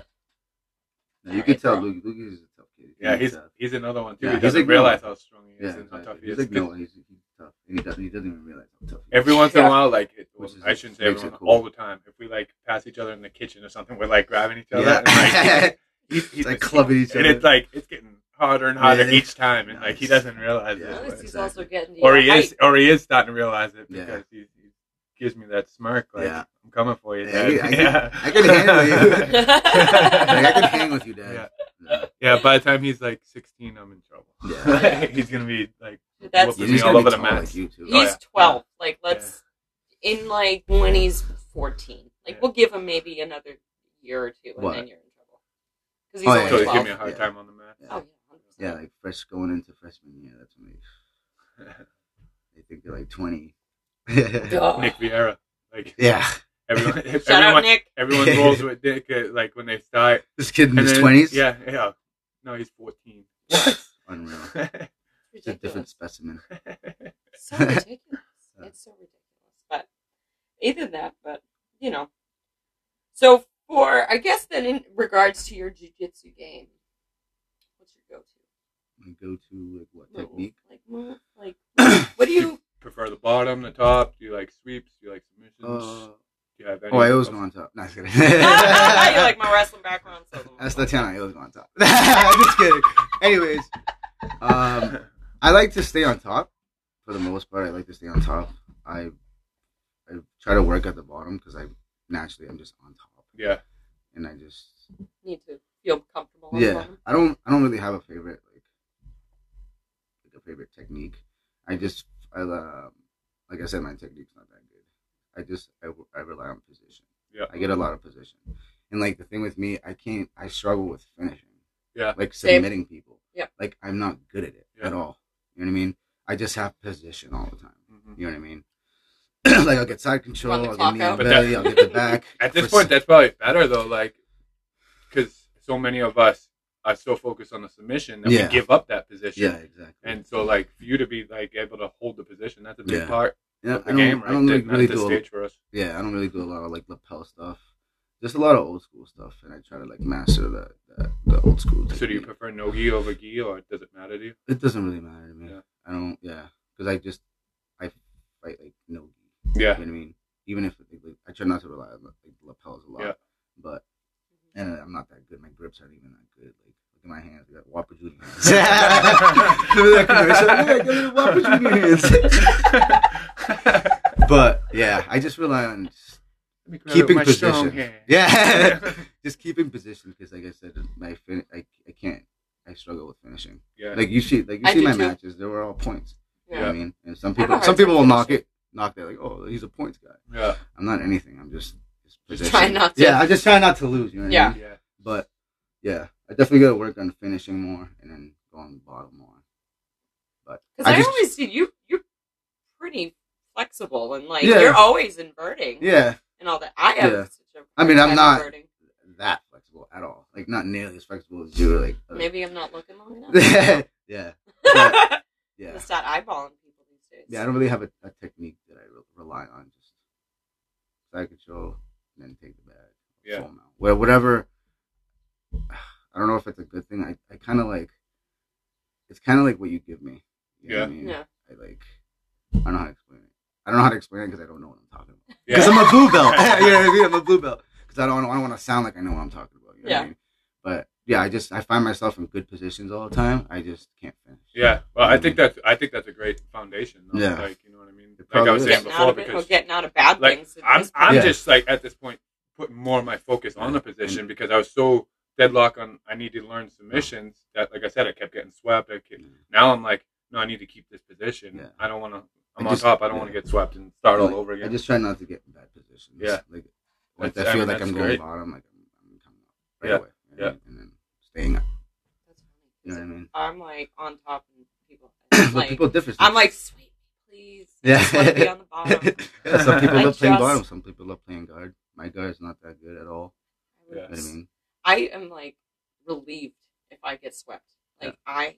Speaker 3: No, you could tell Luke. Luke is a tough kid.
Speaker 1: [laughs] Yeah, he's
Speaker 3: tough.
Speaker 1: he's another one too.
Speaker 3: Yeah,
Speaker 1: he
Speaker 3: he's
Speaker 1: doesn't
Speaker 3: like no-
Speaker 1: realize how strong he
Speaker 3: Yeah,
Speaker 1: is and how tough
Speaker 3: exactly.
Speaker 1: he is.
Speaker 3: he's like no, he's, he's tough, and he doesn't, he doesn't even realize how tough. He is.
Speaker 1: Every once in
Speaker 2: Yeah.
Speaker 1: a while, like it,
Speaker 3: Which is-
Speaker 1: I shouldn't say
Speaker 3: makes it
Speaker 1: everyone,
Speaker 3: cool.
Speaker 1: all the time. If we like pass each other in the kitchen or something, we're like grabbing each other and
Speaker 3: Yeah.
Speaker 1: like he's, he's
Speaker 3: like
Speaker 1: a-
Speaker 3: clubbing each
Speaker 1: and
Speaker 3: other.
Speaker 1: it's like it's getting harder and harder
Speaker 3: Yeah.
Speaker 1: each time, and like he
Speaker 3: Nice.
Speaker 1: doesn't realize
Speaker 3: Yeah.
Speaker 2: "At
Speaker 1: it,
Speaker 2: least he's
Speaker 3: exactly.
Speaker 2: also getting to
Speaker 1: or
Speaker 2: your
Speaker 1: he is,
Speaker 2: height."
Speaker 1: or he is starting to realize it
Speaker 3: Yeah.
Speaker 1: because he, he gives me that smirk, like
Speaker 3: Yeah.
Speaker 1: I'm coming for you.
Speaker 3: Yeah,
Speaker 1: Dad."
Speaker 3: I- I-
Speaker 1: [laughs] yeah,
Speaker 3: I
Speaker 1: [laughs]
Speaker 3: can handle you. [laughs] like, I
Speaker 2: I
Speaker 3: can [laughs] hang with you, Dad. Yeah.
Speaker 1: yeah, by the time he's like 16, I'm in trouble.
Speaker 3: Yeah.
Speaker 1: he's gonna be [laughs] like
Speaker 2: [laughs] That's
Speaker 1: He's
Speaker 3: He's
Speaker 1: [laughs] all
Speaker 3: gonna
Speaker 1: over
Speaker 3: be
Speaker 1: the
Speaker 3: tall
Speaker 1: mats.
Speaker 3: Like you too.
Speaker 2: he's
Speaker 1: Oh, yeah.
Speaker 2: twelve. Like, let's in like when he's fourteen. Like,
Speaker 1: Yeah.
Speaker 2: we'll give him maybe another year or two, and
Speaker 3: What?
Speaker 2: then you're in trouble because
Speaker 3: Oh, yeah.
Speaker 1: so
Speaker 2: he's
Speaker 1: he's
Speaker 2: only
Speaker 1: giving
Speaker 2: twelve.
Speaker 1: me a hard
Speaker 3: Yeah.
Speaker 1: time on the math.
Speaker 2: Oh, yeah, 100%.
Speaker 3: Yeah, like fresh going into freshman year. That's when
Speaker 2: [laughs]
Speaker 3: they, they think they're like twenty.
Speaker 2: Duh.
Speaker 1: Nick Vieira, like
Speaker 3: [laughs] yeah, [laughs]
Speaker 1: everyone,
Speaker 2: Shout out
Speaker 1: everyone,
Speaker 2: Nick.
Speaker 1: everyone rolls with Nick uh, like when they start.
Speaker 3: this kid in
Speaker 1: And
Speaker 3: his
Speaker 1: then-
Speaker 3: twenties.
Speaker 1: Yeah, yeah. No, he's
Speaker 3: [laughs]
Speaker 1: 14.
Speaker 3: unreal. It's a
Speaker 2: Ridiculous.
Speaker 3: different specimen.
Speaker 2: so
Speaker 3: [laughs]
Speaker 2: ridiculous. It's so ridiculous. But either that, but you know. So for I guess then in regards to your jujitsu game, what's your go-to
Speaker 3: We go to like what
Speaker 2: move? [clears throat]
Speaker 3: technique? Uh,
Speaker 2: Like move, like what do
Speaker 3: [laughs]
Speaker 2: you?
Speaker 1: Prefer the bottom, the top? Do you like sweeps? Do you like submissions?
Speaker 3: Uh,
Speaker 1: do you have any?
Speaker 3: oh, I always go on top.
Speaker 2: [laughs]
Speaker 3: No, just kidding.
Speaker 2: you like
Speaker 3: [laughs]
Speaker 2: my wrestling background, so
Speaker 3: That's Tatiana. I always go on top. [laughs] just kidding. Anyways, um, I like to stay on top for the most part. I like to stay on top. I I try to work at the bottom because I naturally I'm just on top,
Speaker 1: [laughs] yeah,
Speaker 3: and I just
Speaker 2: need to feel comfortable. on
Speaker 3: yeah.
Speaker 2: someone.
Speaker 3: I don't I don't really have a favorite like like a favorite technique. I just I um like I said my technique's not that good. I just I, I rely on position.
Speaker 1: Yeah.
Speaker 3: I get a lot of position, and like the thing with me, I can't. I struggle with finishing.
Speaker 1: Yeah.
Speaker 3: Like
Speaker 2: Same.
Speaker 3: submitting people.
Speaker 2: Yeah.
Speaker 3: Like I'm not good at it
Speaker 1: Yeah.
Speaker 3: at all. You know what I mean? I just have position all the time.
Speaker 1: Mhm.
Speaker 3: You know what I mean? [clears throat] like I'll get side control,
Speaker 2: Run the
Speaker 3: I'll
Speaker 2: clock
Speaker 3: get knee and
Speaker 2: out.
Speaker 1: But
Speaker 3: belly,
Speaker 1: that-
Speaker 3: I'll get the back.
Speaker 1: [laughs] At this
Speaker 3: For-
Speaker 1: point, that's probably better though, like because so many of us are so focused on the submission that
Speaker 3: Yeah.
Speaker 1: we give up that position.
Speaker 3: yeah, exactly.
Speaker 1: And so, like for you to be like able to hold the position, that's a big
Speaker 3: Yeah.
Speaker 1: part
Speaker 3: yeah,
Speaker 1: of
Speaker 3: I
Speaker 1: the
Speaker 3: don't,
Speaker 1: game,
Speaker 3: I
Speaker 1: right?
Speaker 3: don't
Speaker 1: there.
Speaker 3: like, really
Speaker 1: that's
Speaker 3: do
Speaker 1: the
Speaker 3: a-
Speaker 1: stage for us.
Speaker 3: yeah, I don't really do a lot of like lapel stuff. Just a lot of old school stuff, and I try to like master the the, the old school.
Speaker 1: So, do you
Speaker 3: [laughs] technique.
Speaker 1: prefer no gi over gi, or does it matter to you?
Speaker 3: It doesn't really matter to me.
Speaker 1: Yeah.
Speaker 3: I don't. Yeah, because I just I fight like no. You know
Speaker 1: Yeah,
Speaker 3: [laughs] what I mean? Even if like, like, I try not to rely on like lapels a lot,
Speaker 1: Yeah.
Speaker 3: but and I'm not that good. My grips aren't even that good. Like look at my hands. I got Whopper
Speaker 1: [laughs]
Speaker 3: Junior hands. [laughs] Remember that Oh commercial? Yeah, I got little
Speaker 1: [laughs]
Speaker 3: Whopper Junior hands. But yeah, I just rely on just,
Speaker 1: Let me grab
Speaker 3: Keeping
Speaker 1: my strong
Speaker 3: position.
Speaker 1: hand. [laughs]
Speaker 3: yeah, [laughs] just keeping position because, like I said, my fin- I, I can't. I struggle with finishing.
Speaker 1: yeah.
Speaker 3: Like you see, like you
Speaker 2: I
Speaker 3: see
Speaker 2: do
Speaker 3: my
Speaker 2: too.
Speaker 3: matches. They were all points. You know
Speaker 1: Yeah.
Speaker 3: what I mean, and some
Speaker 2: have a
Speaker 3: people,
Speaker 2: hard
Speaker 3: some people will
Speaker 2: time
Speaker 3: knock it, knock that like, oh, he's a points guy.
Speaker 1: yeah.
Speaker 3: I'm not anything. I'm just just,
Speaker 2: Just
Speaker 3: position.
Speaker 2: trying not to-
Speaker 3: Yeah, I just try not to lose. You know what I
Speaker 2: Yeah.
Speaker 3: mean?
Speaker 1: Yeah.
Speaker 3: But yeah, I definitely got to work on finishing more and then go on the bottom more. But
Speaker 2: Because I,
Speaker 3: just-
Speaker 2: always see you. You're pretty flexible and like
Speaker 3: Yeah.
Speaker 2: you're always inverting
Speaker 3: yeah,
Speaker 2: and all that. I have.
Speaker 3: Yeah.
Speaker 2: Such a
Speaker 3: I mean, I'm
Speaker 2: bad
Speaker 3: not-
Speaker 2: Inverting.
Speaker 3: that flexible at all. Like not nearly as flexible as you. Like uh,
Speaker 2: Maybe I'm not looking long enough.
Speaker 3: yeah, [laughs] yeah,
Speaker 2: [laughs]
Speaker 3: but-
Speaker 2: I'm
Speaker 3: yeah.
Speaker 2: gonna start eyeballing people these days.
Speaker 3: Yeah, I don't really have a, a technique that I re- rely on. Just side control, and then take the bag.
Speaker 1: Yeah.
Speaker 3: full amount. Where whatever. I don't know if it's a good thing. I, I kind of like. It's kind of like what you give me. You know what I mean?
Speaker 2: Yeah.
Speaker 3: I like. I don't know how to explain it. I don't know how to explain it because I don't know what I'm talking about.
Speaker 1: Yeah.
Speaker 3: Because I'm a
Speaker 1: [laughs]
Speaker 3: blue belt. [laughs] you know what I mean? I'm a blue belt. Because I don't, I don't want to sound like I know what I'm talking about. You know What
Speaker 2: Yeah.
Speaker 3: I mean? But yeah, I just I find myself in good positions all the time. I just can't finish.
Speaker 1: Yeah, well, I think that's I think that's a great foundation. Though.
Speaker 3: Yeah.
Speaker 1: like you know what I mean.
Speaker 3: It
Speaker 1: Like I was saying
Speaker 3: probably is.
Speaker 2: Getting out
Speaker 1: before,
Speaker 2: of it or
Speaker 1: because
Speaker 2: getting out of bad
Speaker 1: like,
Speaker 2: things. at
Speaker 1: I'm
Speaker 2: this point.
Speaker 1: I'm
Speaker 3: Yeah.
Speaker 1: just like at this point putting more of my focus on the position because I was so deadlocked on I need to learn submissions that like I said I kept getting swept. I kept, now I'm like no, I need to keep this position.
Speaker 3: Yeah.
Speaker 1: I don't want to. I'm on
Speaker 3: I just-
Speaker 1: top. I don't want to
Speaker 3: yeah.
Speaker 1: get swept and start all
Speaker 3: Like,
Speaker 1: over
Speaker 3: I
Speaker 1: again.
Speaker 3: just try not to get in bad positions.
Speaker 1: Yeah.
Speaker 3: Like once
Speaker 1: That's-
Speaker 3: I
Speaker 1: I
Speaker 3: feel
Speaker 1: mean,
Speaker 3: like I'm
Speaker 1: that's
Speaker 3: going
Speaker 1: great.
Speaker 3: bottom, like I'm, I'm coming up right
Speaker 1: Yeah.
Speaker 3: away. you know what I mean? And then staying up.
Speaker 2: That's
Speaker 3: You know what I
Speaker 2: funny.
Speaker 3: mean?
Speaker 2: I'm like on top and
Speaker 3: [clears throat]
Speaker 2: people.
Speaker 3: But
Speaker 2: like,
Speaker 3: people differ.
Speaker 2: I'm like, sweet, please. I just want to be on the bottom. I
Speaker 3: [laughs] Yeah, some
Speaker 2: [laughs]
Speaker 3: people
Speaker 2: I
Speaker 3: love playing
Speaker 2: just-
Speaker 3: bottom. Some people love playing guard. My guard's not that good at all.
Speaker 2: would-
Speaker 1: Yeah.
Speaker 3: You know what I mean?
Speaker 2: I am like relieved if I get swept. Like
Speaker 3: [laughs]
Speaker 2: I,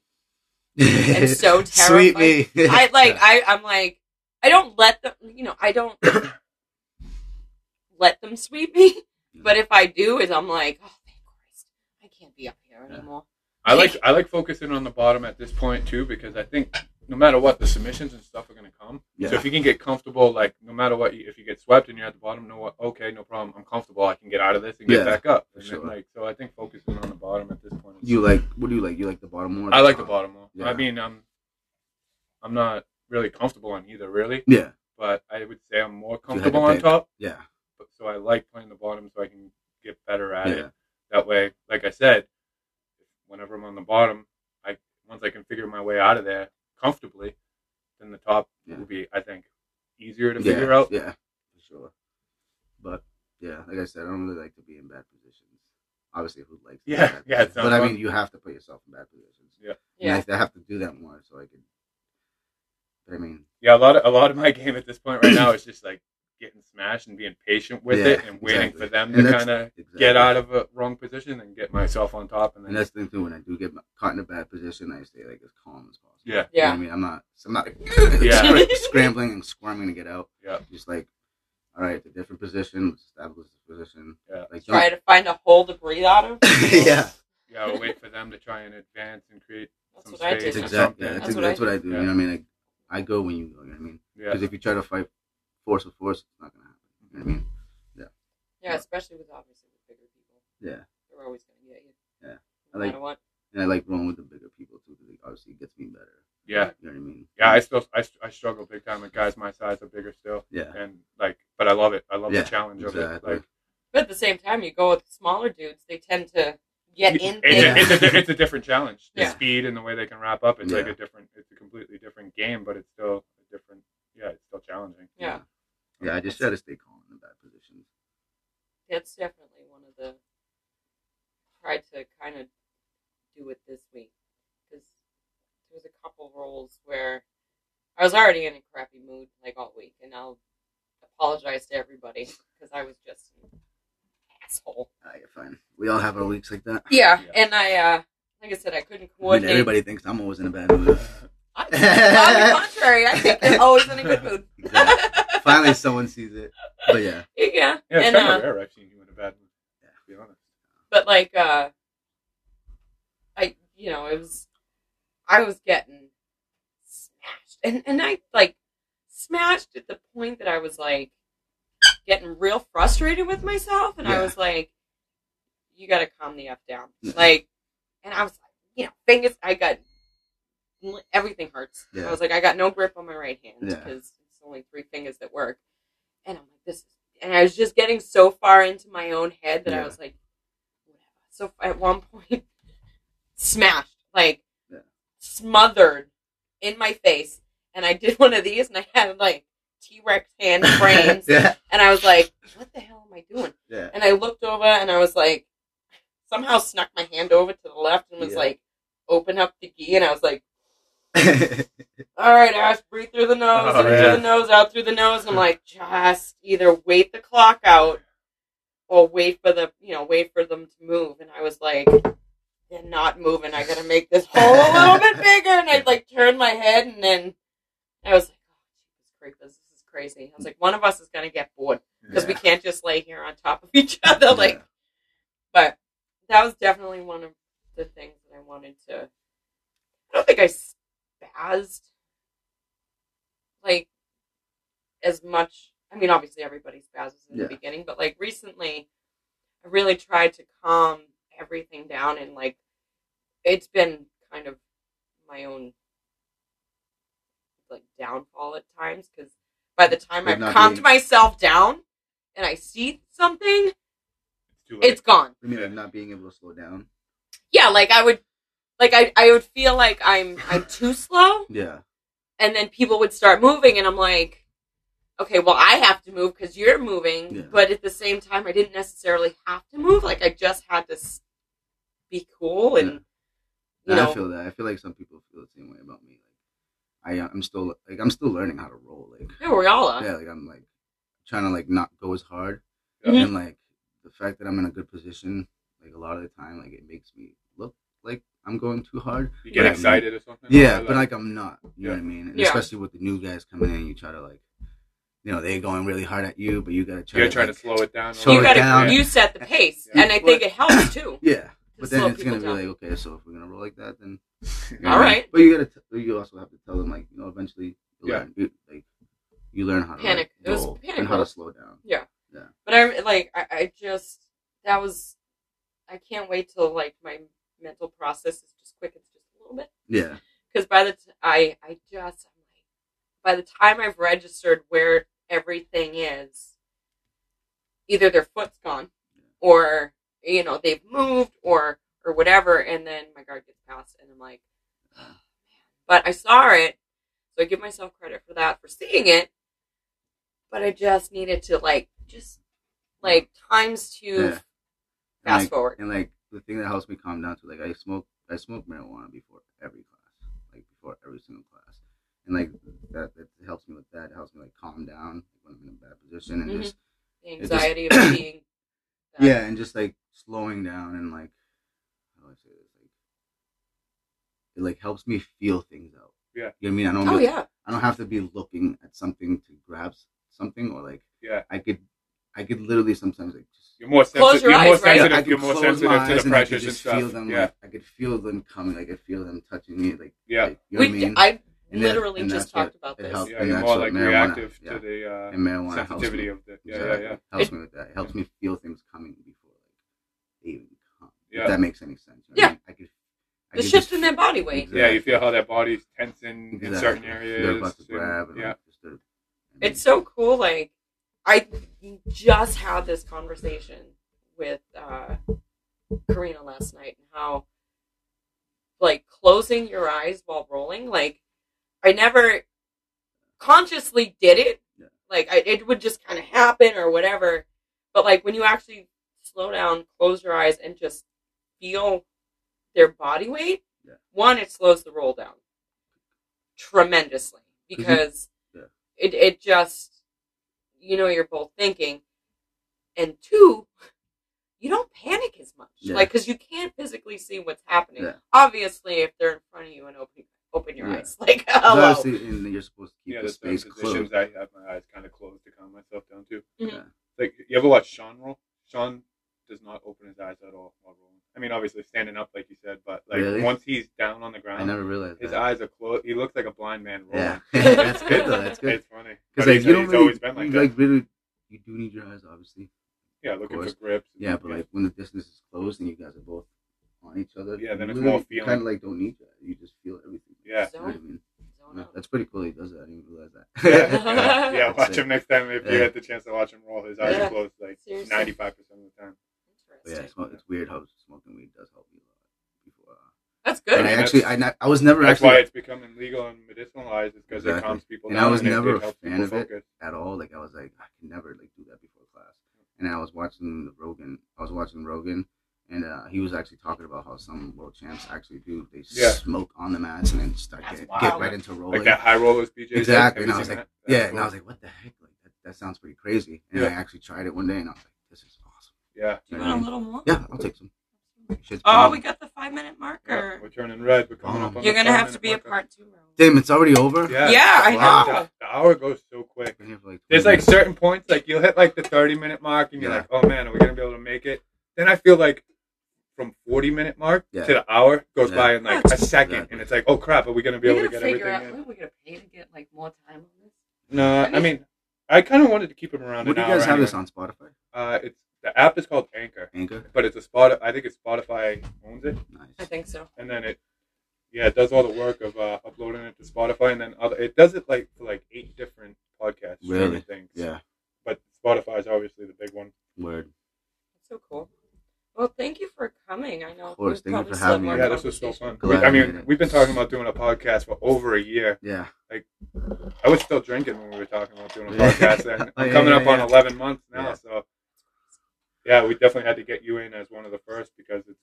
Speaker 3: And
Speaker 2: so
Speaker 3: [laughs] Sweet me.
Speaker 2: I like I. I'm like I don't let them. You know I
Speaker 3: [coughs]
Speaker 2: don't let them sweep me.
Speaker 3: [laughs]
Speaker 2: But if I do, is I'm like, oh thank Christ, I can't be up here
Speaker 3: Yeah.
Speaker 2: anymore.
Speaker 1: I like I like focusing on the bottom at this point too because I think no matter what the submissions and stuff are going to come.
Speaker 3: Yeah.
Speaker 1: So if you can get comfortable, like no matter what, you, if you get swept and you're at the bottom, no what? Okay, no problem. I'm comfortable. I can get out of this and get
Speaker 3: Yeah,
Speaker 1: back up.
Speaker 3: for
Speaker 1: And then,
Speaker 3: sure.
Speaker 1: like so, I think focusing on the bottom at this point. Is,
Speaker 3: you like, what do you like? You like the bottom more? or
Speaker 1: I like the
Speaker 3: top?
Speaker 1: bottom one.
Speaker 3: Yeah.
Speaker 1: I mean, I'm I'm not really comfortable on either, really.
Speaker 3: Yeah,
Speaker 1: But I would say I'm more
Speaker 3: had to
Speaker 1: comfortable on
Speaker 3: pick.
Speaker 1: top.
Speaker 3: yeah,
Speaker 1: But, so I like playing the bottom so I can get better at it.
Speaker 3: yeah,
Speaker 1: That way, like I said, whenever I'm on the bottom, I once I can figure my way out of there comfortably, then the top
Speaker 3: Yeah.
Speaker 1: will be, I think, easier to
Speaker 3: yeah,
Speaker 1: figure out.
Speaker 3: Yeah, for sure. But yeah, like I said, I don't really like to be in bad positions. Obviously, who likes? to be in
Speaker 1: Yeah,
Speaker 3: bad
Speaker 1: yeah, it
Speaker 3: positions?
Speaker 1: sounds
Speaker 3: But I
Speaker 1: fun.
Speaker 3: mean, you have to put yourself in bad positions.
Speaker 2: Yeah.
Speaker 3: And I, I have to do that more so I can. But I mean,
Speaker 1: Yeah, a lot of a lot of my [laughs] game at this point right now is just like getting smashed and being patient with
Speaker 3: Yeah,
Speaker 1: it and waiting
Speaker 3: exactly.
Speaker 1: for them
Speaker 3: And
Speaker 1: to
Speaker 3: that's-
Speaker 1: kind of
Speaker 3: exactly.
Speaker 1: get out of a wrong position and get myself on top and then
Speaker 3: And that's the thing too. When I do get caught in a bad position, I stay like as calm as possible.
Speaker 1: Yeah.
Speaker 3: You know what
Speaker 2: Yeah.
Speaker 3: I mean, I'm not. I'm not [laughs] like,
Speaker 1: Yeah.
Speaker 3: scra- scrambling and squirming to get out.
Speaker 1: Yeah.
Speaker 3: Just like, all right, it's a different position. Let's establish this position.
Speaker 1: Yeah.
Speaker 3: Like,
Speaker 2: Try to find a hole to breathe out of.
Speaker 3: don't- [laughs] yeah.
Speaker 1: yeah, I'll wait for them to try and advance and create
Speaker 2: That's
Speaker 1: some
Speaker 2: what I
Speaker 1: space
Speaker 2: did.
Speaker 3: It's
Speaker 1: or
Speaker 3: exactly.
Speaker 1: something.
Speaker 3: Yeah, I
Speaker 2: That's
Speaker 3: think
Speaker 2: what
Speaker 3: that's
Speaker 2: I
Speaker 3: what I do.
Speaker 1: Yeah.
Speaker 3: You know what I mean? Like, I go when you go. You know what I mean?
Speaker 1: Yeah.
Speaker 3: Because if you try to fight force with force, it's not gonna happen. You know what I mean?
Speaker 2: Yeah, especially with obviously with bigger people,
Speaker 3: Yeah.
Speaker 2: they're always gonna get you.
Speaker 3: Yeah.
Speaker 2: No
Speaker 3: I like-
Speaker 2: matter what.
Speaker 3: And I like rolling with the bigger people too, because obviously it gets me better.
Speaker 1: Yeah.
Speaker 3: You know what I mean?
Speaker 1: Yeah, I still I, I struggle big time with guys my size are bigger still.
Speaker 3: yeah.
Speaker 1: And like but I love it. I love
Speaker 3: Yeah,
Speaker 1: the challenge of it.
Speaker 3: exactly.
Speaker 1: Like
Speaker 2: But at the same time, you go with smaller dudes; they tend to get in
Speaker 1: It's,
Speaker 2: things.
Speaker 1: a, it's, a, di- it's a different challenge. The
Speaker 2: Yeah.
Speaker 1: speed and the way they can wrap up, it's like
Speaker 3: Yeah.
Speaker 1: a different, it's a completely different game, but it's still a different, yeah, it's still challenging.
Speaker 2: Yeah.
Speaker 3: Yeah, I just try to stay calm in bad positions.
Speaker 2: That's definitely one of the. Tried to kind of do it this week because there was a couple roles where I was already in a crappy mood like all week, and I'll apologize to everybody because I was just an asshole.
Speaker 3: Ah, you're fine. We all have our weeks like that.
Speaker 2: Yeah,
Speaker 1: Yeah.
Speaker 2: and I, uh, like I said, I couldn't
Speaker 3: I mean,
Speaker 2: coordinate.
Speaker 3: everybody thinks I'm always in a bad mood.
Speaker 2: I, on the contrary, I think they're always in a good mood.
Speaker 3: [laughs] Exactly. Finally, someone sees it. But yeah,
Speaker 2: yeah,
Speaker 1: Yeah, it's
Speaker 2: and
Speaker 1: kind of
Speaker 2: uh,
Speaker 1: rare I've seen you in a bad mood.
Speaker 3: Yeah.
Speaker 1: To be honest.
Speaker 2: but like uh i you know it was i was getting smashed and and i like smashed at the point that i was like getting real frustrated with myself and i
Speaker 3: Yeah.
Speaker 2: was like you gotta calm the f down
Speaker 3: Yeah.
Speaker 2: like and i was like you know, fingers. I got everything hurts.
Speaker 3: Yeah.
Speaker 2: I was like, I got no grip on my right hand because
Speaker 3: Yeah.
Speaker 2: it's only three fingers that work. And I'm like, this. Is, and I was just getting so far into my own head that
Speaker 3: Yeah.
Speaker 2: I was like, whatever. So at one [laughs] point, smashed, like
Speaker 3: Yeah.
Speaker 2: smothered in my face. And I did one of these, and I had like T Rex
Speaker 3: [laughs]
Speaker 2: hand frames,
Speaker 3: yeah,
Speaker 2: and I was like, what the hell am I doing?
Speaker 3: yeah. [laughs]
Speaker 2: And I looked over and I was like, somehow snuck my hand over to the left and was
Speaker 3: Yeah.
Speaker 2: like, open up the key. And I was like, all right, Ash, breathe through the nose,
Speaker 1: Oh,
Speaker 2: in
Speaker 1: yeah.
Speaker 2: through the nose, out through the nose. And I'm like, just either wait the clock out or wait for the, you know, wait for them to move. And I was like, they're not moving. I got to make this hole a little bit bigger. And I like turned my head and then I was like, oh, creepers, this is crazy. I was like, one of us is going to get bored because we can't just lay here on top of each other.
Speaker 3: Yeah.
Speaker 2: Like, but that was definitely one of the things that I wanted to. I don't think I spazzed like as much. I mean, obviously everybody spazzes in
Speaker 3: Yeah.
Speaker 2: the beginning, but like recently, I really tried to calm everything down, and like it's been kind of my own like downfall at times because by the time
Speaker 3: Like
Speaker 2: I've
Speaker 3: not
Speaker 2: calmed
Speaker 3: being-
Speaker 2: myself down and I see something,
Speaker 1: It's too late.
Speaker 2: it's gone.
Speaker 3: You mean like not being able to slow down?
Speaker 2: yeah like i would like i, I would feel like i'm i'm too slow
Speaker 3: Yeah,
Speaker 2: and then people would start moving and i'm like okay well i have to move because you're moving
Speaker 3: Yeah.
Speaker 2: but at the same time i didn't necessarily have to move like i just had to s- be cool and you
Speaker 3: Nah,
Speaker 2: know
Speaker 3: I feel that. I feel like some people feel the same way about me. Like, I, I'm still like I'm still learning how to roll. Like,
Speaker 2: yeah, we all are
Speaker 3: yeah, like I'm like trying to like not go as hard,
Speaker 2: Mhm.
Speaker 3: and like the fact that I'm in a good position, like a lot of the time, like it makes me look like I'm going too hard.
Speaker 1: You get
Speaker 3: but I'm-
Speaker 1: excited or something.
Speaker 3: Uh-huh. Yeah,
Speaker 1: like,
Speaker 3: but like I'm not. You know what I mean? And
Speaker 2: Yeah.
Speaker 3: especially with the new guys coming in, you try to like, you know, they're going really hard at you, but you gotta try.
Speaker 1: you're
Speaker 3: to,
Speaker 1: trying to
Speaker 3: like-
Speaker 1: slow it down. a
Speaker 3: You
Speaker 1: little
Speaker 2: you
Speaker 3: it
Speaker 1: bit.
Speaker 2: gotta
Speaker 3: down.
Speaker 2: you set the pace
Speaker 1: Yeah.
Speaker 2: and i think it helps too
Speaker 3: Yeah,
Speaker 2: to
Speaker 3: but
Speaker 2: slow
Speaker 3: then it's gonna
Speaker 2: people
Speaker 3: be
Speaker 2: down.
Speaker 3: like, okay, so if we're gonna roll like that,
Speaker 2: [laughs]
Speaker 3: then you know
Speaker 2: All
Speaker 3: what I mean?
Speaker 2: right.
Speaker 3: But you gotta, t- you also have to tell them like, you know, eventually, you
Speaker 1: Yeah.
Speaker 3: learn, you, like, you learn how to
Speaker 2: Panic.
Speaker 3: Like,
Speaker 2: It was
Speaker 3: roll
Speaker 2: panic
Speaker 3: and how to
Speaker 2: roll.
Speaker 3: slow down.
Speaker 2: But I like I, I just that was I can't wait till like my mental process is just quick it's just a little bit
Speaker 3: Yeah,
Speaker 2: because by the t- I I just I'm like by the time I've registered where everything is either their foot's gone or you know they've moved or or whatever and then my guard gets passed and I'm like "Oh, but I saw it so I give myself credit for that for seeing it but I just needed to like just like times two
Speaker 3: Yeah.
Speaker 2: fast
Speaker 3: like,
Speaker 2: forward
Speaker 3: and like the thing that helps me calm down to like I smoke I smoke marijuana before every class, like before every single class, and like that that helps me with that. It helps me like calm down when I'm in a bad position and
Speaker 2: Mhm.
Speaker 3: just
Speaker 2: the
Speaker 3: just-
Speaker 2: anxiety of being that.
Speaker 3: [coughs] yeah, and just like slowing down and like how do I say this like it like helps me feel things out.
Speaker 1: Yeah.
Speaker 3: you know what I mean. I don't
Speaker 2: oh
Speaker 3: really-
Speaker 2: yeah
Speaker 3: I don't have to be looking at something to grab s- something or like
Speaker 1: Yeah.
Speaker 3: I could I could literally sometimes like just
Speaker 1: You're more sensitive.
Speaker 2: Close your
Speaker 1: You're
Speaker 2: eyes,
Speaker 1: more
Speaker 2: right?
Speaker 1: sensitive.
Speaker 3: I could
Speaker 1: You're more
Speaker 3: close my
Speaker 1: sensitive
Speaker 3: eyes
Speaker 1: to the
Speaker 3: and I could
Speaker 1: pressures and
Speaker 3: just
Speaker 1: stuff.
Speaker 3: Feel them,
Speaker 1: yeah,
Speaker 3: like, I could feel them coming. I could feel them touching me. Like,
Speaker 1: yeah.
Speaker 3: like, you know what I
Speaker 2: we,
Speaker 3: mean?
Speaker 2: I
Speaker 3: And that-
Speaker 2: literally
Speaker 3: and
Speaker 2: just
Speaker 3: that's what
Speaker 2: talked about
Speaker 3: it
Speaker 2: this.
Speaker 3: helped.
Speaker 1: yeah,
Speaker 3: and
Speaker 1: you're
Speaker 3: that's
Speaker 1: more like
Speaker 3: what marijuana-
Speaker 1: reactive
Speaker 3: yeah.
Speaker 1: to the uh,
Speaker 3: and marijuana helps
Speaker 1: sensitivity
Speaker 3: me.
Speaker 1: of the yeah,
Speaker 3: Exactly.
Speaker 1: yeah, yeah.
Speaker 3: Helps me with that. It helps me feel things coming before like they even come.
Speaker 1: Yeah.
Speaker 3: If that makes any sense. you know what
Speaker 2: Yeah.
Speaker 3: I, mean? I could. I
Speaker 2: The
Speaker 3: could
Speaker 2: shift
Speaker 3: just
Speaker 2: in their body weight.
Speaker 3: Exactly.
Speaker 1: Yeah, you feel how their body's tensing in
Speaker 3: Exactly.
Speaker 1: certain
Speaker 3: They're
Speaker 1: areas.
Speaker 3: about to
Speaker 1: and-
Speaker 3: grab. And,
Speaker 1: yeah,
Speaker 3: like, just they're- and
Speaker 2: It's so oh, cool. Like, I just had this conversation with uh, Karina last night and how, like, closing your eyes while rolling, like, I never consciously did it.
Speaker 3: Yeah.
Speaker 2: Like, I, it would just kind of happen or whatever. But, like, when you actually slow down, close your eyes, and just feel their body weight,
Speaker 3: Yeah.
Speaker 2: one, it slows the roll down tremendously because
Speaker 3: Mm-hmm. Yeah.
Speaker 2: it, it just you know you're both thinking and two you don't panic as much
Speaker 3: Yeah.
Speaker 2: like because you can't physically see what's happening
Speaker 3: Yeah.
Speaker 2: obviously if they're in front of you and open open your
Speaker 3: Yeah.
Speaker 2: eyes [laughs] like
Speaker 3: Because
Speaker 2: hello
Speaker 3: Obviously, and you're supposed to keep
Speaker 1: yeah.
Speaker 3: the
Speaker 1: There's certain
Speaker 3: space
Speaker 1: positions
Speaker 3: closed.
Speaker 1: I have my eyes kind of closed to calm myself down too.
Speaker 2: Mhm.
Speaker 3: Yeah.
Speaker 1: Like you ever watch Sean roll? Sean does not open his eyes at all while rolling. I mean, obviously standing up, like you said, but like
Speaker 3: Really?
Speaker 1: once he's down on the ground,
Speaker 3: I never realized
Speaker 1: his
Speaker 3: that.
Speaker 1: eyes are closed. He looks like a blind man rolling.
Speaker 3: Yeah, [laughs] that's good though. That's good.
Speaker 1: It's funny. But
Speaker 3: Because like
Speaker 1: he's,
Speaker 3: you don't
Speaker 1: he's
Speaker 3: really,
Speaker 1: always been like
Speaker 3: you,
Speaker 1: that.
Speaker 3: like really, you do need your eyes, obviously.
Speaker 1: yeah, looking for
Speaker 3: course.
Speaker 1: grips.
Speaker 3: Yeah, but like when the distance is closed and you guys are both on each other.
Speaker 1: Yeah, then
Speaker 3: you
Speaker 1: it's
Speaker 3: really
Speaker 1: more feeling.
Speaker 3: Kind of like don't need that. You just feel everything. [laughs]
Speaker 1: Yeah.
Speaker 3: You know what I mean?
Speaker 2: Zone
Speaker 3: Yeah,
Speaker 2: out.
Speaker 3: that's pretty cool. He does that. I didn't realize
Speaker 2: [laughs]
Speaker 3: that. [laughs]
Speaker 1: yeah, yeah,
Speaker 3: That's
Speaker 1: watch
Speaker 3: it.
Speaker 1: him next time if you
Speaker 3: Yeah.
Speaker 1: get the chance to watch him roll. His eyes
Speaker 2: Yeah.
Speaker 1: are closed like
Speaker 2: Seriously.
Speaker 1: ninety five percent of the time.
Speaker 3: But yeah,
Speaker 2: Interesting.
Speaker 3: it's, it's weird how smoking weed does help you a lot. Before, uh,
Speaker 2: That's
Speaker 3: and I
Speaker 2: good.
Speaker 1: that's-
Speaker 3: actually, I, not, I was never
Speaker 1: That's
Speaker 3: actually
Speaker 1: why it's becoming legal and medicinalized is because
Speaker 3: Exactly.
Speaker 1: it calms people
Speaker 3: And I
Speaker 1: down
Speaker 3: was
Speaker 1: it-
Speaker 3: never
Speaker 1: it
Speaker 3: a
Speaker 1: helps
Speaker 3: fan
Speaker 1: people
Speaker 3: of it.
Speaker 1: focus.
Speaker 3: at all. Like I was like, I can never like do that before class. And I was watching the Rogan. I was watching Rogan, and uh, he was actually talking about how some world champs actually do. They
Speaker 1: Yeah.
Speaker 3: smoke on the mats and then start
Speaker 2: That's
Speaker 3: get, get
Speaker 2: wild.
Speaker 3: right into rolling.
Speaker 1: Like that high rollers BJ. did. Have you
Speaker 3: Exactly, and I was
Speaker 1: seen
Speaker 3: like,
Speaker 1: that? That's
Speaker 3: yeah, and I
Speaker 1: cool.
Speaker 3: was like, what the heck? Like that, that sounds pretty crazy. And
Speaker 1: Yeah.
Speaker 3: I actually tried it one day, and I was like, this is awesome.
Speaker 1: yeah. Um,
Speaker 2: Do you want a little more?
Speaker 3: Yeah, I'll take some. Shit's
Speaker 2: Oh,
Speaker 3: bomb.
Speaker 2: we got the five minute
Speaker 1: Yeah,
Speaker 2: marker.
Speaker 1: We're turning red. We're coming
Speaker 3: Oh.
Speaker 1: up on
Speaker 2: You're
Speaker 1: the
Speaker 2: gonna have
Speaker 1: five-minute
Speaker 2: to be a
Speaker 1: marker.
Speaker 2: part two. round.
Speaker 3: Damn, it's already over.
Speaker 1: Yeah.
Speaker 2: Yeah, I
Speaker 3: Wow.
Speaker 2: know.
Speaker 1: The, the hour goes so quick.
Speaker 3: Been here for, like,
Speaker 1: There's
Speaker 3: 20
Speaker 1: like certain points, like you'll hit like the 30 minute mark, and you're
Speaker 3: Mm-hmm. Yeah.
Speaker 1: like, oh man, are we gonna be able to make it? Then I feel like from 40 minute mark
Speaker 3: Yeah.
Speaker 1: to the hour goes
Speaker 3: Yeah.
Speaker 1: by in
Speaker 2: Oh,
Speaker 1: like a second,
Speaker 3: Exactly.
Speaker 1: and it's like, oh crap, are we gonna be
Speaker 2: We're
Speaker 1: able to
Speaker 2: gonna
Speaker 1: get
Speaker 2: figure
Speaker 1: everything
Speaker 2: out
Speaker 1: in?
Speaker 2: when we're gonna pay to get like more time on this.
Speaker 1: No,
Speaker 2: I
Speaker 1: I mean, I kind of wanted to keep him around.
Speaker 3: What do
Speaker 1: an
Speaker 3: you guys
Speaker 1: hour
Speaker 3: have this
Speaker 1: anyway.
Speaker 3: on Spotify?
Speaker 1: Uh, it's the app is called Anchor,
Speaker 3: Anchor.
Speaker 1: but it's a spot. I think it's Spotify owns it,
Speaker 2: I
Speaker 3: Nice.
Speaker 2: think so.
Speaker 1: and then it, yeah, it does all the work of uh, uploading it to Spotify, and then other. It does it like for like eight different podcasts,
Speaker 3: Really?
Speaker 1: things.
Speaker 3: Yeah.
Speaker 1: But Spotify is obviously the big one.
Speaker 3: Word.
Speaker 2: That's so cool. Well, thank you for coming. I know.
Speaker 3: Of course,
Speaker 2: we
Speaker 3: thank
Speaker 2: probably
Speaker 3: you for
Speaker 2: still have
Speaker 3: having me.
Speaker 2: more
Speaker 1: Yeah, this was so fun. We,
Speaker 3: Glad
Speaker 1: I
Speaker 3: we
Speaker 1: mean,
Speaker 3: made it.
Speaker 1: we've been talking about doing a podcast for over a year.
Speaker 3: Yeah.
Speaker 1: I was still drinking when we were talking about doing a
Speaker 3: Yeah.
Speaker 1: podcast, and
Speaker 3: [laughs] Oh,
Speaker 1: I'm
Speaker 3: yeah,
Speaker 1: coming
Speaker 3: yeah,
Speaker 1: up on
Speaker 3: yeah.
Speaker 1: 11 months now.
Speaker 3: Yeah.
Speaker 1: So, yeah, we definitely had to get you in as one of the first because it's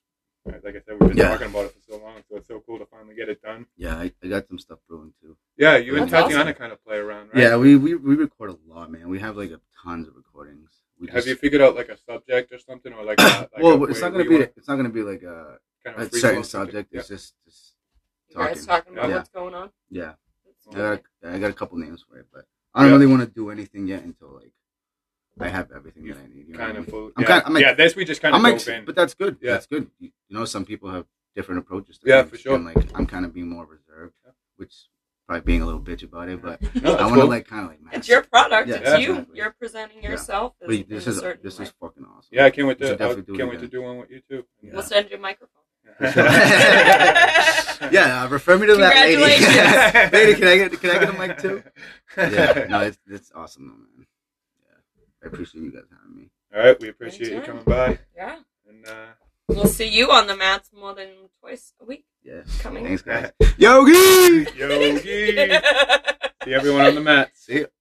Speaker 1: like I said, we've been
Speaker 3: Yeah.
Speaker 1: talking about it for so long. So it's so cool to finally get it done.
Speaker 3: Yeah, I, I got some stuff brewing too.
Speaker 1: Yeah, you and
Speaker 2: That's awesome.
Speaker 1: Tatiana kind of play around, right?
Speaker 3: Yeah, we, we we record a lot, man. We have like a tons of recordings. We
Speaker 1: Have
Speaker 3: just- [coughs]
Speaker 1: you figured out like a subject or something, or like, a, like a
Speaker 3: well, it's
Speaker 1: way
Speaker 3: not gonna
Speaker 1: we
Speaker 3: be
Speaker 1: wanna
Speaker 3: it's not gonna be like a,
Speaker 1: kind
Speaker 3: a
Speaker 1: free
Speaker 3: certain
Speaker 1: flow something?
Speaker 3: subject.
Speaker 1: Yeah.
Speaker 3: It's just, just
Speaker 2: You guys
Speaker 3: talking.
Speaker 2: talking about
Speaker 3: Yeah.
Speaker 2: what's going on?
Speaker 3: yeah.
Speaker 2: That's
Speaker 3: I got
Speaker 2: cool.
Speaker 3: a, I got a couple names for it, but I don't
Speaker 1: Yeah.
Speaker 3: really want to do anything yet until like I have everything that I need. You know
Speaker 1: Kind
Speaker 3: what I
Speaker 1: of
Speaker 3: mean?
Speaker 1: full.
Speaker 3: I'm
Speaker 1: yeah.
Speaker 3: kind- I'm like-
Speaker 1: yeah, this we just kind of
Speaker 3: I'm
Speaker 1: dove
Speaker 3: ex-
Speaker 1: in.
Speaker 3: but that's good.
Speaker 1: Yeah.
Speaker 3: That's good. You, you know, some people have different approaches. To
Speaker 1: Yeah,
Speaker 3: things,
Speaker 1: for sure.
Speaker 3: And like I'm kind of being more reserved, which probably being a little bitch about it, but
Speaker 1: [laughs] No,
Speaker 3: I
Speaker 1: that's
Speaker 3: want to
Speaker 1: cool.
Speaker 3: like kind of like.
Speaker 2: [laughs] It's your product.
Speaker 3: Yeah,
Speaker 2: it's
Speaker 1: yeah,
Speaker 2: you.
Speaker 3: exactly.
Speaker 2: You're presenting
Speaker 3: Yeah.
Speaker 2: yourself. as-
Speaker 3: Wait,
Speaker 2: in
Speaker 3: this
Speaker 2: a
Speaker 3: is
Speaker 2: certain
Speaker 3: this
Speaker 2: way.
Speaker 3: is fucking awesome.
Speaker 1: Yeah, I can't wait
Speaker 3: We
Speaker 1: to
Speaker 3: should
Speaker 1: I
Speaker 3: definitely do it
Speaker 1: can't wait to
Speaker 3: again.
Speaker 1: do one with you too.
Speaker 3: Yeah.
Speaker 2: We'll send you a microphone.
Speaker 3: [laughs] [laughs] yeah, uh, refer me to that lady. [laughs]
Speaker 2: Congratulations.
Speaker 3: lady, can I get can I get a mic too?
Speaker 1: [laughs]
Speaker 3: yeah, no, it's it's awesome though, man. Yeah, I appreciate you guys having me.
Speaker 1: All right, we appreciate you coming
Speaker 2: Anytime.
Speaker 1: by,
Speaker 2: Yeah.
Speaker 1: and uh,
Speaker 2: We'll see you on the mats more than twice a week.
Speaker 3: Yeah,
Speaker 1: [laughs]
Speaker 2: Coming.
Speaker 3: Thanks, guys. Yogi.
Speaker 2: [laughs]
Speaker 1: Yogi, see everyone on the mat.
Speaker 3: See ya.